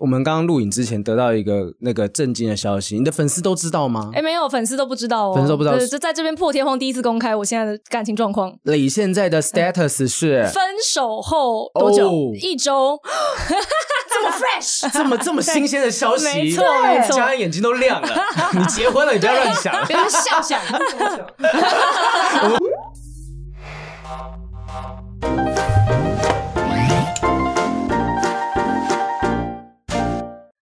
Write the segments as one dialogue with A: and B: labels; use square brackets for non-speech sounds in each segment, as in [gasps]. A: 我们刚刚录影之前得到一个那个震惊的消息，你的粉丝都知道吗？
B: 哎，没有，粉丝都不知道哦，
A: 粉丝都不知道
B: 对，就在这边破天荒第一次公开我现在的感情状况。
A: 你现在的 status 是
C: 哎
B: 分手后多久？
A: 哦
B: 一周。
A: 这么 fresh，这么这么新鲜的消
C: [laughs]
A: 息，[laughs]
B: 没错
A: 对
B: 没错
A: 家人眼睛都亮了。你结婚了，你不要乱
C: [laughs]
A: 想。
B: [laughs]
C: 别人笑想，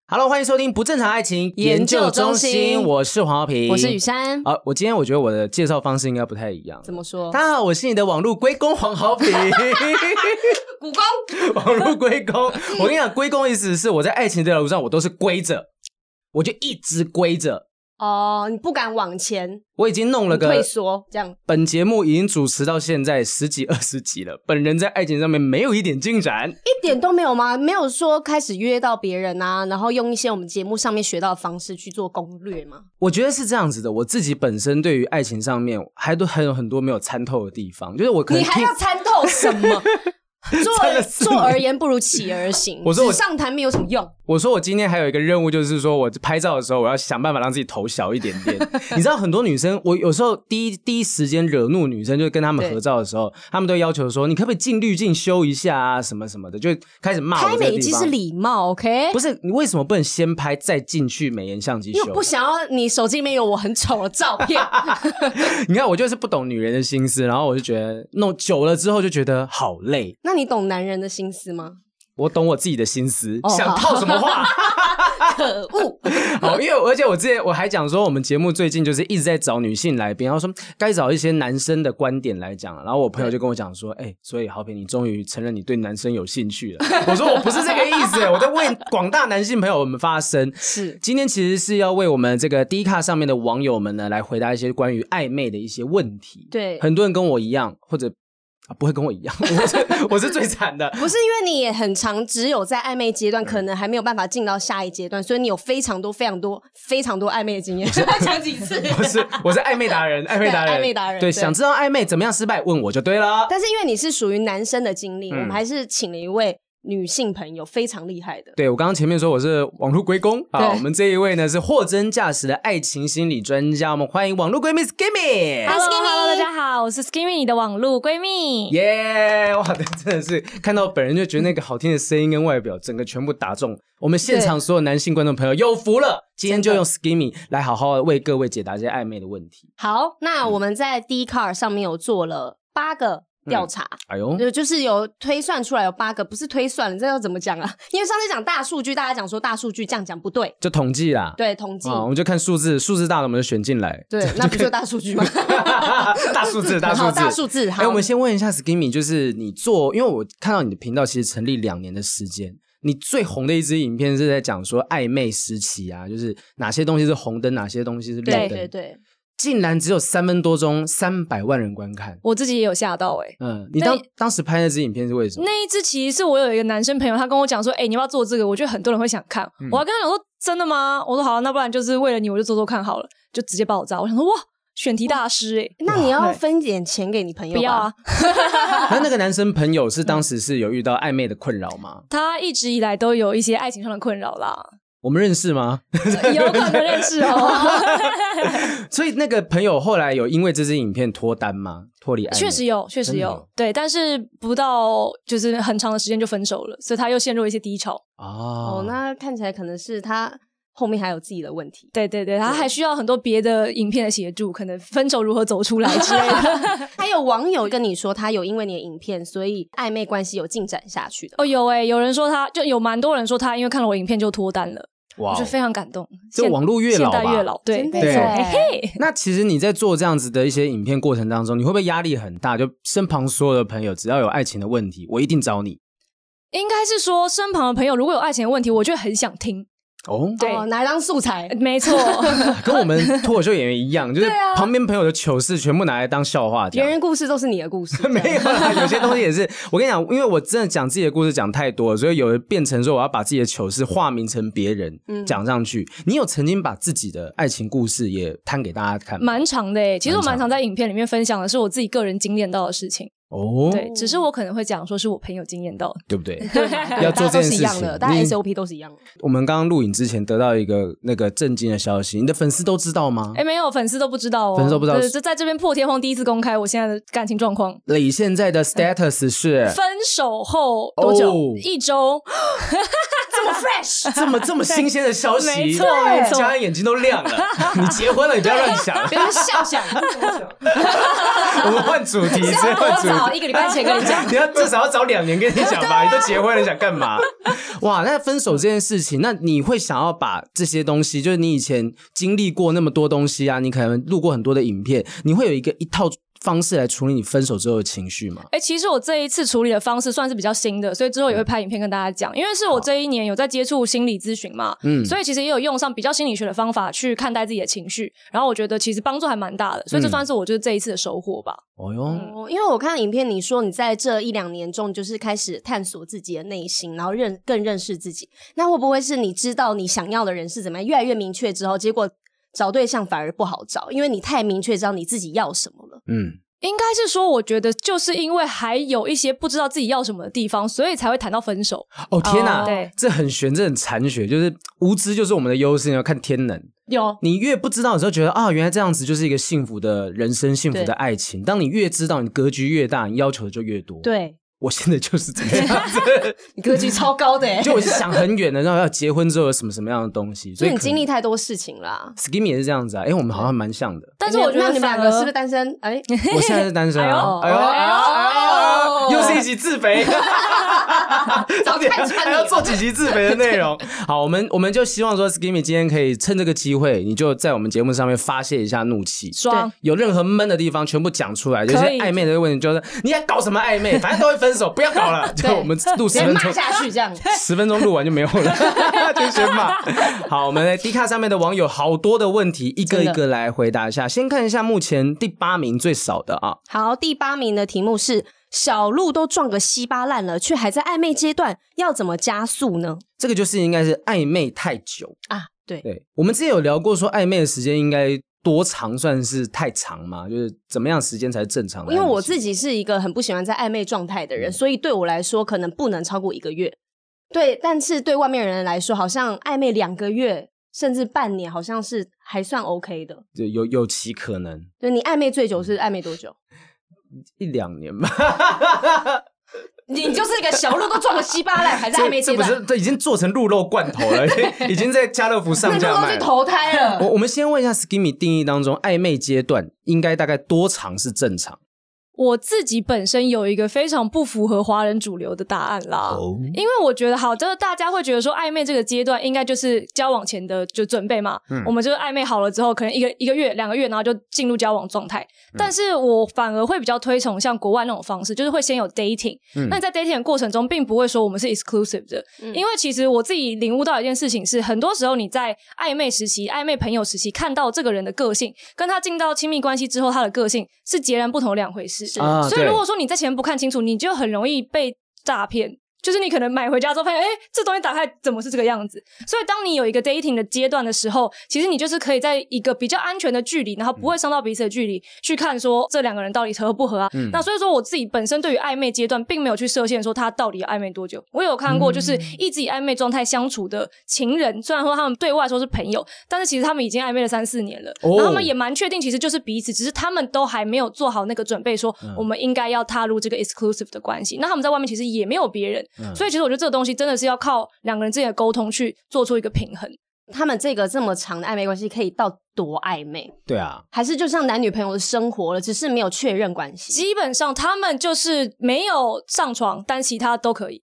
A: Hello，欢迎收听不正常爱情
C: 研究
A: 中
C: 中心
A: 我是黄浩平，
C: 我是雨。珊。
A: 啊，我今天我觉得我的介绍方式应该不太一样。
C: 怎么说？
A: 大家好，我是你的网络龟公黄豪
C: [laughs]
A: 平，
C: 古公
A: 网络龟公。我跟你讲，龟公意思是我在爱情这条路上，我都是龟着，我就一直龟着。
C: 哦，你不敢往前，
A: 我已经弄了
C: 你
A: 个
C: 退缩，这样
A: 本节目已经主持到现在十几二十集了，本人在爱情上面没有一点进展。
C: 一点都没有吗？没有说开始约到别人啊， [laughs] 然后用一些我们节目上面学到的方式去做攻略吗？
A: 我觉得是这样子的，我自己本身对于爱情上面还都还有很多没有参透的地方，就是我可能
C: 你还
A: 听
C: 要参透什么？
A: [laughs]
C: 坐
A: 参了
C: 而
A: 四
C: 坐
A: 年
C: 而言不如起而行，
A: 我说我
C: 纸上谈兵有什么用？
A: 我说我今天还有一个任务，就是说我拍照的时候，我要想办法让自己头小一点
C: [laughs]
A: 点。你知道很多女生，我有时候第一第一时间惹怒女生，就是跟她们
C: 对
A: 合照的时候，她们都要求说，你可不可以进滤镜修一下啊，什么什么的，就开始骂我
C: 拍
A: 这个
C: 美
A: 地
C: 肌是
A: 方。
C: 礼貌，OK？
A: 不是你为什么不能先拍再进去美颜相机
C: 因为
A: 修
C: 不？想要你手机里面有我很丑的照片，
A: 你看我就是不懂女人的心思，然后我就觉得弄久了之后就觉得好累，
C: 那你懂男人的心思吗？
A: 我懂我自己的心思，
C: 哦
A: 想套什么话？
C: 可恶！
A: [laughs] 好，因为而且我之前我还讲说，我们节目最近就是一直在找女性来宾，然后说该找一些男生的观点来讲。然后我朋友就跟我讲说，哎、所以豪平，你终于承认你对男生有兴趣了。我说我不是这个意思，我在为广大男性朋友们发声。
C: [laughs] 是
A: 今天其实是要为我们这个 D 卡上面的网友们呢，来回答一些关于暧昧的一些问题。
C: 对
A: 很多人跟我一样，或者、啊、不会跟我一样，我是我是最惨的。 [laughs]
C: 不是因为你也很长，只有在暧昧
A: 嗯
C: 阶段，可能还没有办法进到下一阶段，所以你有非常多、非常多、非常多暧昧的经 [laughs] 验。讲几
A: [laughs]
C: 次？
A: 我是我是暧昧达人，暧昧达人，
C: 对暧昧达人
A: 对，
C: 对
A: 想知道暧昧怎么样失败，问我就对了。
C: 但是因为你是属于男生的经历，
A: 嗯
C: 我们还是请了一位女性朋友，非常厉害的。
A: 对我刚刚前面说我是网络龟公啊，
C: 对
A: 我们这一位呢是货真价实的爱情心理专家，我们欢迎网络闺蜜 Skimmy。
C: Hi
B: Hello Hello，
C: Skimmy
B: 大家好，我是 Skimmy 的网路闺蜜。
A: 耶 [laughs] 哇，真的是看到本人就觉得那个好听的声音跟外表，整个全部打中我们现场所有男性观众朋友，有福了！今天就用 Skimmy 来好好地为各位解答一些暧昧的问题。
C: 好，那我们在 d c a r 上面有做了八个调查，
A: 哎呦，
C: 就就是有推算出来有八个，不是推算，这要怎么讲啊？ [laughs] 因为上次讲大数据，大家讲说大数据这样讲不对，
A: 就统计啦，
C: 对，统计，
A: 啊，我们就看数字，数字大了我们就选进来， [laughs]
C: 对，那不就大数据吗？ [laughs]
A: 大数字，大数
C: 好
A: 字，
C: 大数字。
A: 哎、
C: 好，
A: 我们先问一下 Skimmy，就是你做，因为我看到你的频道其实成立两年的时间，你最红的一支影片是在讲说暧昧时期啊，就是哪些东西是红灯，哪些东西是绿灯，
C: 对对对。
A: 竟然只有三分多钟，三百万人观看。
B: 我自己也有吓到哎、
A: 嗯，你当
B: 那
A: 当时拍那支影片是为什么？
B: 那一支其实是我有一个男生朋友，他跟我讲说：“哎、你要不要做这个？”我觉得很多人会想看。
A: 嗯
B: 我还跟他讲说：“真的吗？”我说：“好、啊，那不然就是为了你，我就做做看好了。”就直接爆炸。我想说：“哇，选题大师哎、
C: 那你要
B: 对
C: 分点钱给你朋友吧
B: 不要啊！
A: 那那个男生朋友是
B: 嗯
A: 当时是有遇到暧昧的困扰吗？
B: 他一直以来都有一些爱情上的困扰啦，
A: 我们认识吗？ [laughs]
B: 有可能认识哦。
A: 所以那个朋友后来有因为这支影片脱单吗？脱离暧昧？
B: 确实有，确实
A: 真的
B: 有
A: 有，
B: 对，但是不到就是很长的时间就分手了，所以他又陷入一些低潮。
A: 哦
C: 哦，那看起来可能是他后面还有自己的问题。
B: 对对对，他还需要很多别的影片的协助，可能分手如何走
A: [laughs]
B: 出来之类的。
C: 还有网友跟你说，他有因为你的影片，所以暧昧关系有进展下去的。
B: 哦，有哎、有人说他就有蛮多人说他因为看了我影片就脱单了，
A: 哇
B: 我
A: 哦
B: 就非常感动。
A: 这
B: 现
A: 网络月老
B: 现代
A: 吧
B: 月老，对，
C: 真的
B: 没错
A: 耶
B: 嘿嘿，
A: 那其实你在做这样子的一些影片过程当中，你会不会压力很大？就身旁所有的朋友，只要有爱情的问题，我一定找你。
B: 应该是说身旁的朋友如果有爱情的问题，我就很想听。
A: 哦，
B: 对
C: 哦，拿来当素
A: [laughs]
C: 材
B: 呃。没错，
C: [laughs]
A: 跟我们脱口秀演员一样，就是旁边朋友的糗事全部拿来当笑话
C: 别
A: 讲。
C: 人故事都是你的故
A: [laughs]
C: 事，
A: 没有啦，有些东西也是。我跟你讲，因为我真的讲自己的故事讲太多了，所以有人变成说我要把自己的糗事化名成别人讲上去。你有曾经把自己的爱情故事也摊给大家看吗？
B: 蛮长的哎、其实我
A: 蛮长
B: 蛮常在影片里面分享的是我自己个人经验到的事情。
A: 哦，
B: 对，只是我可能会讲说是我朋友经验到的，
A: 对不对？
C: 对
A: [laughs] 要做这件事
C: 大家都是一样
A: 情
C: 的，大家
A: 你
C: SOP 都是一样的。
A: 我们刚刚录影之前得到一个那个震惊的消息，你的粉丝都知道吗
B: 哎、？没有粉丝都不知道哦，
A: 粉丝都不知道
B: 对，就在这边破天荒第一次公开我现在的感情状况。
A: 磊现在的 status 是
B: 分手后多久？
A: 哦
B: 一周。
C: [gasps] 这么 fresh，
A: [laughs] 这么这么新鲜的消息，
B: 没错没错
A: 佳恩眼睛都亮 [laughs] 了。你结婚了，你不要乱 [laughs] 想。
C: 别人笑想，
A: 我们换主 [laughs] 题，直接换
C: 我
A: 主题
C: 早。一个礼拜
A: [laughs]
C: 前跟你讲，
A: 你要至少要早两年跟你讲吧，你都结婚了，你想干嘛？啊 [laughs] 哇，那分手这件事情，那你会想要把这些东西，就是你以前经历过那么多东西啊，你可能录过很多的影片，你会有一个一套方式来处理你分手之后的情绪吗？
B: 哎、其实我这一次处理的方式算是比较新的，所以之后也会拍影片跟大家讲。因为是我这一年有在接触心理咨询嘛，
A: 嗯
B: 所以其实也有用上比较心理学的方法去看待自己的情绪，然后我觉得其实帮助还蛮大的，所以这
A: 嗯
B: 算是我就是这一次的收获吧。
A: 哦哟，
C: 哦，因为我看影片，你说你在这一两年中就是开始探索自己的内心，然后认更认识自己。那会不会是你知道你想要的人是怎么样，越来越明确之后，结果找对象反而不好找，因为你太明确知道你自己要什么了。
A: 嗯，
B: 应该是说，我觉得就是因为还有一些不知道自己要什么的地方，所以才会谈到分手。
A: 哦天哪，
B: 对
A: 这很玄，这很残血，就是无知就是我们的优势，你要看天能。
C: 有
A: 你越不知道的时候，觉得啊，原来这样子就是一个幸福的人生、幸福的
C: 对
A: 爱情。当你越知道，你格局越大，你要求的就越多。，
C: 对，
A: 我现在就是这个样子。
C: [laughs] 你格局超高的、欸，
A: 就我是想很远的，然后要结婚之后有什么什么样的东西，所
C: [laughs] 所
A: 以
C: 以你经历太多事情啦。
A: Skim 也是这样子啊。哎、我们好像蛮像
C: [laughs]
A: 的。
B: 但是我觉
C: 那
B: 得
C: 你们
B: 反
C: 两
B: 而
C: 个是不是单身？ [laughs] 哎、
A: 我现在是单身啊，
C: 哎
A: 哎
C: 呦
A: 呦哎呦哎呦，又是一集自肥，
C: [laughs] 早看穿你了
A: 还要做几集自肥的内容。好，我们我们就希望说 Skimmy 今天可以趁这个机会，你就在我们节目上面发泄一下怒气。
B: 双
A: 有任何闷的地方，全部讲出来。就是
B: 可以
A: 暧昧的问题，就是你在搞什么暧昧，反正都会分手，不要搞
C: [laughs]
A: 了。就
C: 对
A: 我们录
C: 直
A: 十
C: 接
A: 分
C: 骂
A: 钟，
C: 下去这样。
A: 十分钟录完就没有了， [laughs] 就先骂。好，我们在 D 卡上面的网友好多的问题，一个一个来回答一下。先看一下目前第八名最少的啊，
C: [laughs] 好，第八名的题目是小鹿都撞个稀巴烂了，却还在暧昧阶段，要怎么加速呢？
A: 这个就是应该是暧昧太久。
C: 啊，对，
A: 对我们之前有聊过，说暧昧的时间应该多长算是太长嘛？就是怎么样时间才是正常的暧昧
C: 因
A: 期？
C: 为我自己是一个很不喜欢在暧昧状态
A: 嗯
C: 的人，所以对我来说可能不能超过一个月。对，但是对外面人来说，好像暧昧两个月甚至半年，好像是还算 OK 的。
A: 就有有其可能
C: 对你暧昧最久是暧昧多久？
A: 一两年吧，
C: [laughs] 你就是一个小鹿都撞个稀巴烂，还在暧昧
A: 这
C: 阶
A: 不是
C: 段，
A: 这已经做成鹿肉罐头
B: [laughs]
A: 了，已经已经在家乐福上
C: 那就
A: 架
C: 都
A: 卖
C: 去
A: 了。
C: 投胎了。
A: 我我们先问一下 Skimmy 定义当中，暧昧阶段应该大概多长是正常？
B: 我自己本身有一个非常不符合华人主流的答案啦。
A: 哦，
B: 因为我觉得，好，就是大家会觉得说，暧昧这个阶段应该就是交往前的就准备嘛。
A: 嗯
B: 我们就是暧昧好了之后，可能一个一个月、两个月，然后就进入交往状态。但是我反而会比较推崇像国外那种方式，就是会先有 dating、
A: 嗯
B: 那在 dating 的过程中，并不会说我们是 exclusive 的，
C: 嗯
B: 因为其实我自己领悟到一件事情是，很多时候你在暧昧时期、暧昧朋友时期看到这个人的个性，跟他进到亲密关系之后，他的个性是截然不同的两回事。
A: 啊
B: 所以
A: 对
B: 如果说你在前面不看清楚，你就很容易被诈骗。就是你可能买回家之后发现，哎、这东西打开怎么是这个样子？所以当你有一个 dating 的阶段的时候，其实你就是可以在一个比较安全的距离，然后
A: 嗯
B: 不会伤到彼此的距离，去看说这两个人到底合不合啊。
A: 嗯
B: 那所以说我自己本身对于暧昧阶段并没有去设限说他到底要暧昧多久。我有看过
A: 嗯
B: 就是一直以暧昧状态相处的情人，虽然说他们对外说是朋友，但是其实他们已经暧昧了三四年了，
A: 哦
B: 然后他们也蛮确定其实就是彼此，只是他们都还没有做好那个准备，说
A: 嗯
B: 我们应该要踏入这个 exclusive 的关系。那他们在外面其实也没有别人，
A: 嗯
B: 所以其实我觉得这个东西真的是要靠两个人之间的沟通去做出一个平
A: 嗯
B: 衡。
C: [laughs] 他们这个这么长的暧昧关系可以到多暧昧？
A: 对啊，
C: 还是就像男女朋友的生活了，只是没有确认关系？
B: 基本上他们就是没有上床，但其他都可以。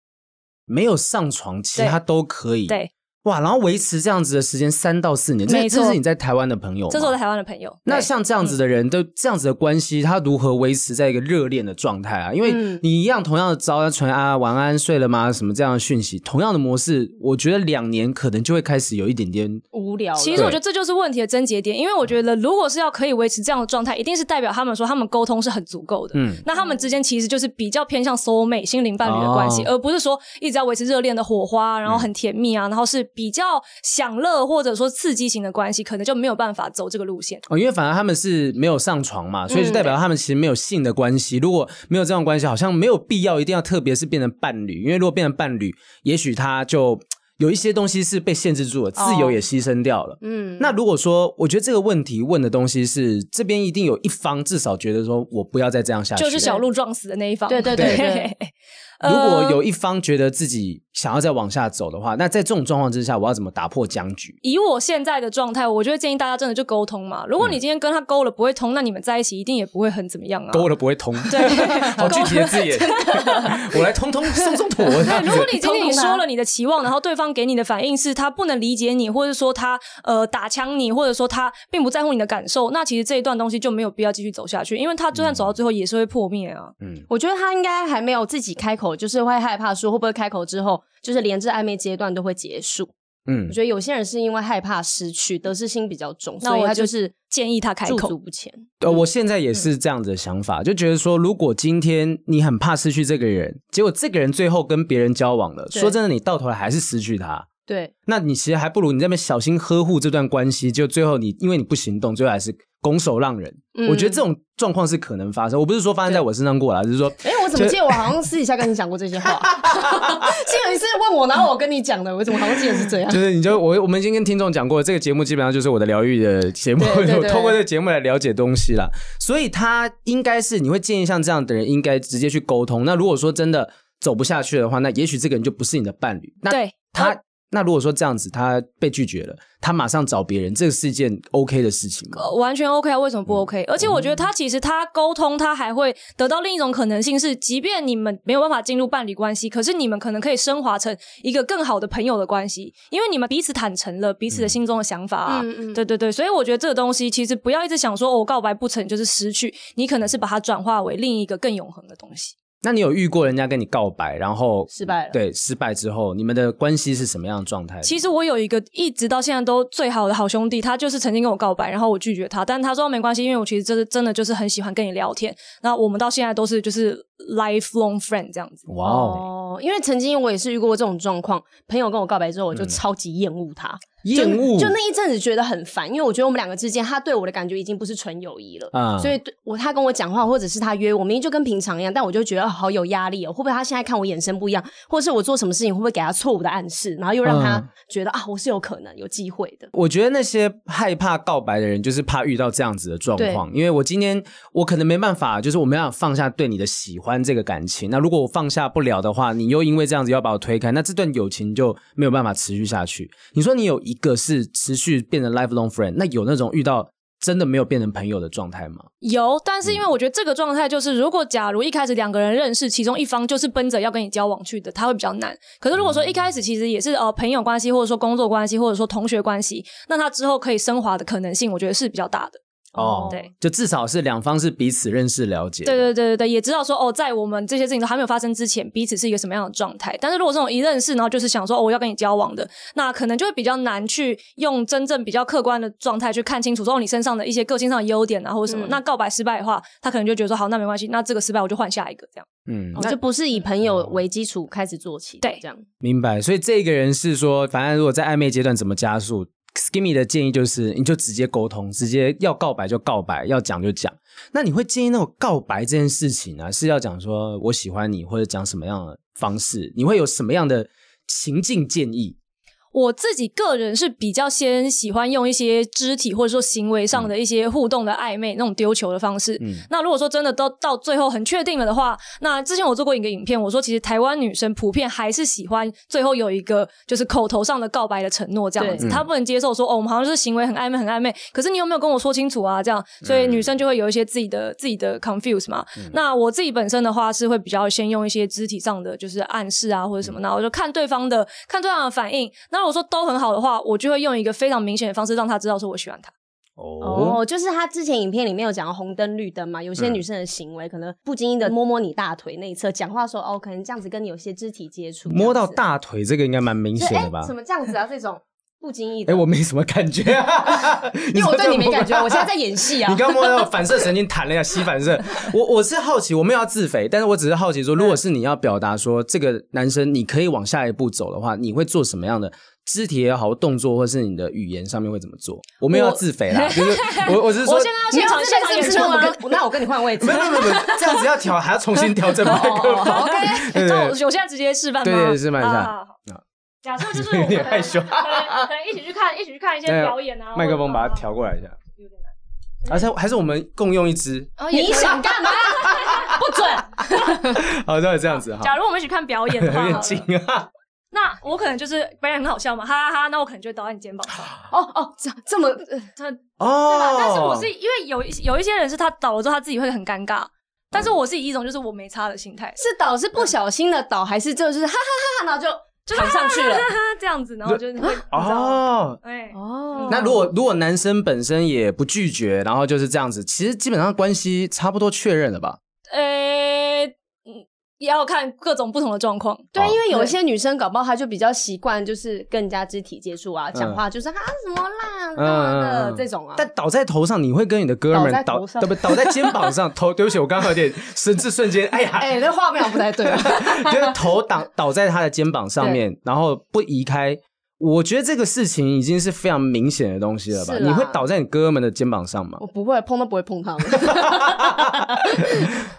A: 没有上床，其
B: 对
A: 他都可以。
B: 对，
A: 哇，然后维持这样子的时间三到四年，这
B: 没错
A: 这是你在台湾的朋友吗，
B: 这是我在台湾嗯的朋友。
A: 那
B: 对
A: 像这样子的人，都这样子的关系，他如何维持在一个热恋的状态啊？因为
C: 嗯
A: 你一样同样的招，传啊晚安睡了吗？什么这样的讯息，同样的模式，我觉得两年可能就会开始有一点点
C: 无聊了。
B: 其实我觉得这就是问题的症结点，因为我觉得如果是要可以维持这样的状态，一定是代表他们说他们沟通是很足够的。
A: 嗯
B: 那他们之间其实就是比较偏向 soul mate 心灵伴侣的关系，
A: 哦
B: 而不是说一直要维持热恋的火花，然后很甜蜜啊，然后是比较享乐或者说刺激型的关系，可能就没有办法走这个路线。
A: 哦，因为反而他们是没有上床嘛，所以就
B: 嗯
A: 代表他们其实没有性的关系。如果没有这种关系，好像没有必要一定要特别是变成伴侣，因为如果变成伴侣，也许他就有一些东西是被限制住了，自
B: 哦
A: 由也牺牲掉了。
C: 嗯，
A: 那如果说，我觉得这个问题问的东西是，这边一定有一方至少觉得说我不要再这样下去，
B: 就是小鹿撞死的那一方。
C: 对对对对。
A: 如果
B: 呃
A: 有一方觉得自己想要再往下走的话，那在这种状况之下，我要怎么打破僵局？
B: [laughs] 以我现在的状态，我就会建议大家真的就沟通嘛。如果你今天跟他勾了不会通，那你们在一起一定也不会很怎么样啊。
A: 勾了不会通，
B: 对 [laughs]
A: 好具体的字眼， [laughs] 我来通通松松妥这样
B: 对，如果
A: 子。
B: 你今天你
C: 通通的啊
B: 说了你的期望，然后对方给你的反应是他不能理解你，或者说他呃打枪你，或者说他并不在乎你的感受，那其实这一段东西就没有必要继续走下去，因为他就算走到最后也是会破灭啊。
A: 嗯，
C: 我觉得他应该还没有自己开口，就是会害怕说会不会开口之后，就是连这暧昧阶段都会结束。
A: 嗯
C: 我，觉得有些人是因为害怕失去，得失心比较重，
B: 那
C: 所以
B: 我
C: 他
B: 就
C: 就是
B: 建议他开
C: 驻
B: 口
C: 足不前。
A: 对，呃我现在
C: 嗯
A: 也是这样子的想法，就觉得说，如果今天你很怕失去这个人，结果这个人最后跟别人交往了，
C: 对
A: 说真的，你到头来还是失去他。
C: 对，
A: 那你其实还不如你在那边小心呵护这段关系，就最后你因为你不行动，最后还是拱手让人。
C: 嗯
A: 我觉得这种状况是可能发生，我不是说发生在我身上过啦，就是说，
C: 哎、我怎么
A: 就
C: 记得我好像私底下跟你讲过这
B: [laughs]
C: 些话？是有一次问我，然后我跟你讲的，我怎么好像记得是 [laughs]
B: [laughs]
C: 这样
A: 就？是你就我我们已经跟听众讲过，这个节目基本上就是我的疗愈的节目，
C: 对对对
A: 我通过这个节目来了解东西啦。所以他应该是你会建议像这样的人应该直接去沟通。那如果说真的走不下去的话，那也许这个人就不是你的伴侣。那
B: 对
A: 他。那如果说这样子，他被拒绝了，他马上找别人，这是一件 OK 的事情吗？
C: 哦
B: 呃完全 OK 啊，为什么不 OK？、而且我觉得他其实他沟通，他还会得到另一种可能性是，即便你们没有办法进入伴侣关系，可是你们可能可以升华成一个更好的朋友的关系，因为你们彼此坦诚了彼此的心中的想法啊。
C: 嗯嗯
B: 对对对，所以我觉得这个东西其实不要一直想说、哦、我告白不成就是失去，你可能是把它转化为另一个更永恒的东西。
A: 那你有遇过人家跟你告白，然后
C: 失败了
A: 对，失败之后，你们的关系是什么样的状态？
B: 其实我有一个一直到现在都最好的好兄弟，他就是曾经跟我告白，然后我拒绝他，但他说没关系，因为我其实真的真的就是很喜欢跟你聊天，那我们到现在都是就是 lifelong friend 这样子。
A: 哇哦，
C: 哦，因为曾经我也是遇过这种状况，朋友跟我告白之后，我
B: 嗯
C: 就超级厌恶他，就
A: 厌恶
C: 就那一阵子觉得很烦，因为我觉得我们两个之间，他对我的感觉已经不是纯友谊了。
A: 啊
C: 所以对我他跟我讲话，或者是他约我，明明就跟平常一样，但我就觉得哦好有压力哦。会不会他现在看我眼神不一样，或者是我做什么事情会不会给他错误的暗示，然后又让
A: 嗯
C: 他觉得、啊，我是有可能有机会的。
A: 我觉得那些害怕告白的人，就是怕遇到这样子的状况。因为我今天我可能没办法，就是我没办法放下对你的喜欢这个感情。那如果我放下不了的话，你又因为这样子要把我推开，那这段友情就没有办法持续下去。你说你有一个是持续变成 lifelong friend，那有那种遇到真的没有变成朋友的状态吗？
B: 有，但是因为我觉得这个状态就是，如果假如一开始两个人认识，其中一方就是奔着要跟你交往去的，他会比较难。可是如果说一开始其实也是呃朋友关系，或者说工作关系，或者说同学关系，那他之后可以升华的可能性，我觉得是比较大的。
A: 哦
B: 对，
A: 就至少是两方是彼此认识了解。
B: 对对对对对，也知道说哦，在我们这些事情都还没有发生之前，彼此是一个什么样的状态。但是如果这种一认识，然后就是想说哦，我要跟你交往的，那可能就会比较难去用真正比较客观的状态去看清楚说、哦、你身上的一些个性上的优点啊，或者什么。
C: 嗯
B: 那告白失败的话，他可能就觉得说好，那没关系，那这个失败我就换下一个这样。
A: 嗯，
C: 哦
A: 那哦
C: 就不是以朋友为基础开始做起的，
B: 对
C: 这样
A: 明白，所以这个人是说，反正如果在暧昧阶段怎么加速，Skimmy 的建议就是，你就直接沟通，直接要告白就告白，要讲就讲。那你会建议那种告白这件事情呢、是要讲说我喜欢你，或者讲什么样的方式？你会有什么样的情境建议？
B: 我自己个人是比较先喜欢用一些肢体或者说行为上的一些互动的暧昧、那种丢球的方式。
A: 嗯
B: 那如果说真的都到最后很确定了的话，那之前我做过一个影片，我说其实台湾女生普遍还是喜欢最后有一个就是口头上的告白的承诺这样子，
A: 对
B: 她不能接受说哦我们好像是行为很暧昧很暧昧，可是你有没有跟我说清楚啊？这样，所以女生就会有一些自己的自己的 confuse 嘛。那我自己本身的话是会比较先用一些肢体上的就是暗示啊或者什么，那我就看对方的看对方的反应。那如果说都很好的话，我就会用一个非常明显的方式让他知道说我喜欢他。
A: 哦，
C: 哦，就是他之前影片里面有讲到红灯绿灯嘛，有些
A: 嗯
C: 女生的行为可能不经意的摸摸你大腿内侧，讲话说哦，可能这样子跟你有些肢体接触，
A: 摸到
C: 这样
A: 大腿这个应该蛮明
C: 子，就
A: 显
C: 哎
A: 的吧
C: 怎？么这样子啊这种。不经意的。
A: 哎，我没什么感觉、啊，
C: [laughs] 因为我对你没感觉，我现在在
A: 演。
B: [laughs]
C: 演戏
A: [laughs]
C: 啊
A: 你。刚摸到反射神经弹了一下，吸反射。我我是好奇，我没有要自肥，但是我只是好奇说，如果是你要表达说这个男生你可以往下一步走的话，你会做什么样的肢体也好，动作或是你的语言上面会怎么
B: [laughs]
A: 做？我没有要自肥啦，就是我我是说
B: 我。现在要现场现场演出
C: 那我
B: 吗？
C: 跟那我跟你换位置
A: 没有。没有没有，这样子要调，还要重新调整麦
B: [laughs]
A: 克
B: 哦
A: 风。 [laughs] 对对
B: 那我我
A: 对
B: 现在直接示范吗？
A: 对对示范一下
B: 好好好
A: 啊
B: 假设
A: [laughs]
B: 就是我们
A: 有点害羞
B: 可能可能一起去看，一起去看一些
A: 对
B: 表演啊。
A: 麦克风
B: 或者
A: 把它调过来一下，
B: 有点
A: 而且还是我们共用一
B: [laughs]
A: 支。
B: 难。哦也可以
C: 你想干 [laughs] 嘛？不准！
A: 好，那这样子哈，
B: 嗯假如我们一起看表
A: [laughs]
B: 演
A: 有
B: 的话，
A: 点近啊。
B: [laughs] 那我可能就是表演很好笑嘛，哈哈哈，那我可能就会倒在你肩膀上，
C: 哦哦，这这么
B: 这对吧
A: 哦？，
B: 但是我是因为有一有一些人是他倒了之后他自己会很尴尬，但
A: 嗯
B: 是我是以一种就是我没差的心态，
C: 是倒是不小心的倒，还是就是哈哈哈哈，然后就就弹上去了
B: 哈？哈 [laughs] 这样子，然
A: [laughs]
B: 后就是会你知道，
A: 啊哦，
B: 哎，
C: [laughs] 哦
A: 那如果如果男生本身也不拒绝，然后就是这样子，其实基本上关系差不多确认了吧？
B: 呃，嗯也要看各种不同的状况，
C: 对，
A: 哦
C: 因为有
B: 对
C: 一些女生搞不好她就比较习惯，就是跟人家肢体接触啊，讲
A: 嗯
C: 话就是啊什么啦，
A: 嗯
C: 干嘛
A: 嗯
C: 的
A: 嗯
C: 这种啊。
A: 但倒在头上，你会跟你的哥们
C: 倒在
A: 儿
C: 头
A: 倒
C: 上
A: 对不倒在肩膀上，
B: [laughs]
A: 头对不起，我刚刚有点神智瞬间，哎呀，
C: 哎，那画面好像不太对啊。
A: [laughs] 就是头倒倒在他的肩膀上面，然后不移开。我觉得这个事情已经是非常明显的东西了吧？
B: 啊
C: 是啦
A: 你会倒在你哥们的肩膀上吗
C: 我？不会碰都不会碰
A: [laughs]
C: 他们。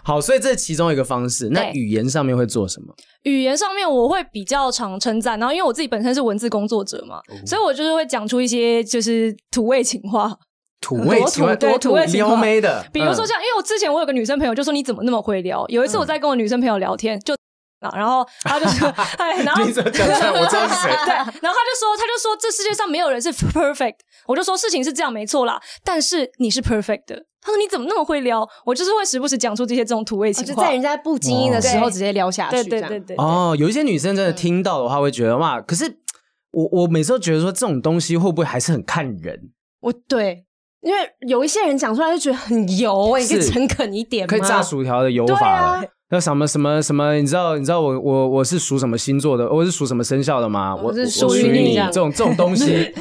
A: 好，所以这是其中一个方式。那
B: 对
A: 语言上面会做什么？
B: 语言上面我会比较常称赞，然后因为我自己本身是文字工作者嘛，
A: 哦
B: 所以我就是会讲出一些就是土味情话，
A: 土味
B: 多土
A: 情话，
B: 对土味情话
A: 撩妹的，
B: 比如说
A: 嗯
B: 像，因为我之前我有个女生朋友就说你怎么那么会聊？有一次我在跟我女生朋友聊天，就啊，然后她就
A: [laughs]
B: 说，哎，然后
A: 你怎么讲出来？我知道是谁。
B: 对，然后他就说，他就说这世界上没有人是 perfect。我就说事情是这样没错啦，但是你是 perfect 的。他说你怎么那么会撩？我就是会时不时讲出这些这种土味
C: 哦
B: 情
C: 就
B: 话。
C: 在人家不经意的时候
B: 对
C: 直接撩下去，
B: 对对
C: 这样
B: 对对对
A: 哦，有一些女生
C: 嗯
A: 真的听到的话，会觉得哇，可是我我每次都觉得说这种东西会不会还是很看人，
C: 我对，因为有一些人讲出来就觉得很油哎、你可以
A: 是
C: 诚恳一点吗，
A: 可以炸薯条的油
C: 对
A: 法
C: 啊
A: 了。那什么什么什么，你知道你知道我我我是属什么星座的，我是属什么生肖的吗？我
C: 我是
A: 我
C: 属于
A: 于
C: 你
A: 你
C: 这样
A: 这种这种东
C: [laughs]
A: 西，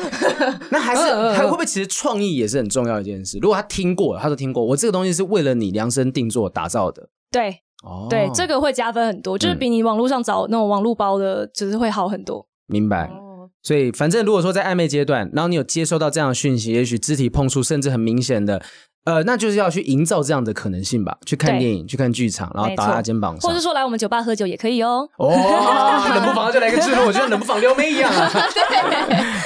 A: 那还是
C: 嗯嗯嗯
A: 还会不会其实创意也是很重要的一件事？如果他听过，他都听过，我这个东西是为了你量身定做打造的。
B: 对
A: 哦，嗯
B: 对，这个会加分很多，就是比你网络上找那种网络包的，就是会好很多。
A: 明白。
C: 哦。
A: 所以，反正如果说在暧昧阶段，然后你有接收到这样的讯息，也许肢体碰触甚至很明显的，呃，那就是要去营造这样的可能性吧。去看
B: 对
A: 电影，去看剧场，然后
B: 没
A: 打他
B: 错
A: 肩膀上，
B: 或者说来我们酒吧喝酒也可以哦。
A: 哦，冷不防就来个智能，我觉得冷不防撩妹一样
B: [laughs]
A: 啊。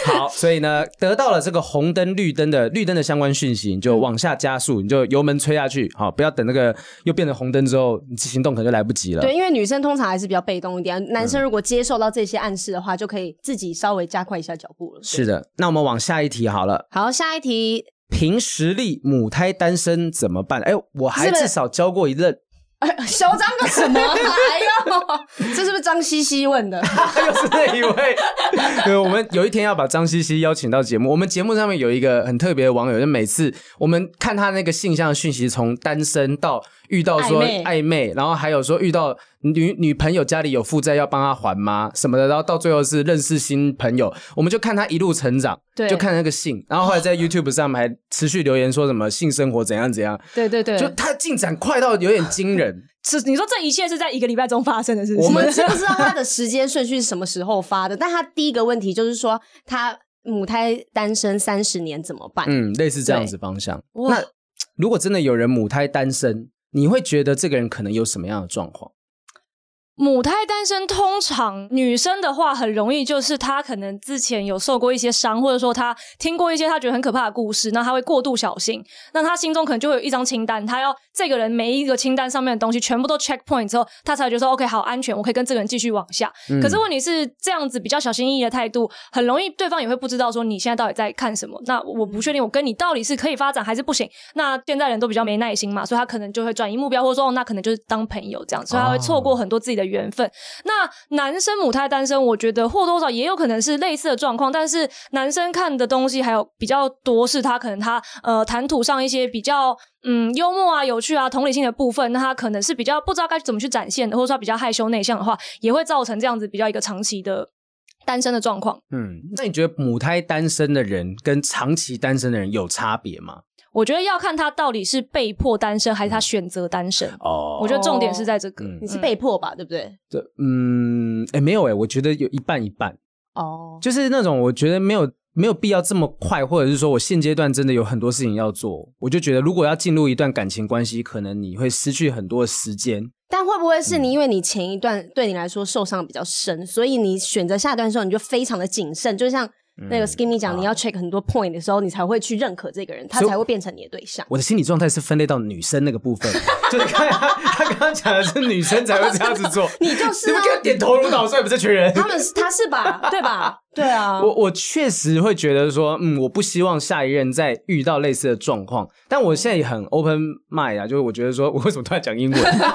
A: 好，所以呢，得到了这个红灯、绿灯的绿灯的相关讯息，你就往下加速，你就油门吹下去，好，不要等那个又变成红灯之后，你行动可能就来不及了。
C: 对，因为女生通常还是比较被动一点，男
A: 嗯
C: 生如果接受到这些暗示的话，就可以自己稍微加快一下脚步了。
A: 是
C: 的。
A: 的，那我们往下一题好了。
C: 好，下一题，
A: 凭实力母胎单身怎么办？哎，我还
C: 是不是
A: 至少交过一任， [laughs]
C: 呃嚣张个什么？啊 [laughs] 哎呦，这是不是张西西问的？
A: 又哎是那一位。 [laughs] 对，我们有一天要把张茜茜邀请到节目。我们节目上面有一个很特别的网友，就每次我们看他那个信箱的讯息，从单身到遇到说
C: 暧昧
A: 暧昧，然后还有说遇到女女朋友家里有负债要帮他还吗什么的，然后到最后是认识新朋友，我们就看他一路成长，
C: 对
A: 就看那个信，然后后来
C: [laughs]
A: 在 YouTube 上面还持续留言说什么性生活怎样怎样，
C: 对对对
A: 就他进展快到有点惊人。
B: 是你说这一切是在一个礼拜中发生的，是不
A: [laughs]
B: 是？
A: 我
C: 我
A: 们
C: 们知不知道他的时间顺序是什么时候发的？但他第一个问题就是说，他母胎单身三十年怎么办？
A: 嗯，类似这样
C: 对
A: 子方向。
C: 哇
A: 那如果真的有人母胎单身，你会觉得这个人可能有什么样的状况？
B: 母胎单身通常女生的话，很容易就是她可能之前有受过一些伤，或者说她听过一些她觉得很可怕的故事，那她会过度小心，那她心中可能就会有一张清单，她要这个人每一个清单上面的东西全部都 check point 之后，她才觉得说 OK 好安全，我可以跟这个人继续往下。
A: 嗯
B: 可是问题是这样子比较小心翼翼的态度，很容易对方也会不知道说你现在到底在看什么。那我不确定我跟你到底是可以发展还是不行。那现在人都比较没耐心嘛，所以他可能就会转移目标，或者说、哦、那可能就是当朋友这样，所以他会
A: 哦
B: 错过很多自己的缘分。那男生母胎单身，我觉得或多或少也有可能是类似的状况，但是男生看的东西还有比较多是他可能他呃谈吐上一些比较嗯幽默啊、有趣啊、同理心的部分，那他可能是比较不知道该怎么去展现的，或者说他比较害羞内向的话，也会造成这样子比较一个长期的。单身的状况。
A: 嗯，那你觉得母胎单身的人跟长期单身的人有差别吗？
B: 我觉得要看他到底是被迫单身还是他选择单身。
A: 哦
B: 我觉得重点是在这个。
A: 嗯
C: 你是被迫吧，对不对？
A: 这嗯，哎、没有哎、我觉得有一半一半，
C: 哦，
A: 就是那种我觉得没有没有必要这么快，或者是说我现阶段真的有很多事情要做，我就觉得如果要进入一段感情关系，可能你会失去很多的时间。
C: 但会不会是
A: 嗯
C: 你因为你前一段对你来说受伤比较深，所以你选择下一段的时候你就非常的谨慎，就像那个
A: 嗯
C: Skimmy 讲，你要 check 很多 point 的时候，你才会去认可这个人，他
A: 所以
C: 才会变成你的对象。
A: 我的心理状态是分类到女生那个部分， [laughs] 就是看他他刚刚讲的是女生才会这样子做，
C: 你就是
A: 你们
C: 啊
A: 给，我点头如捣蒜，你们这群人。
C: 他们是他是吧？对吧？对啊，
A: [laughs] 我我确实会觉得说，嗯，我不希望下一任再遇到类似的状况。但我现在也很 open mind 啊，就是我觉得说，我 [laughs] 为什么突然讲英文？ [laughs]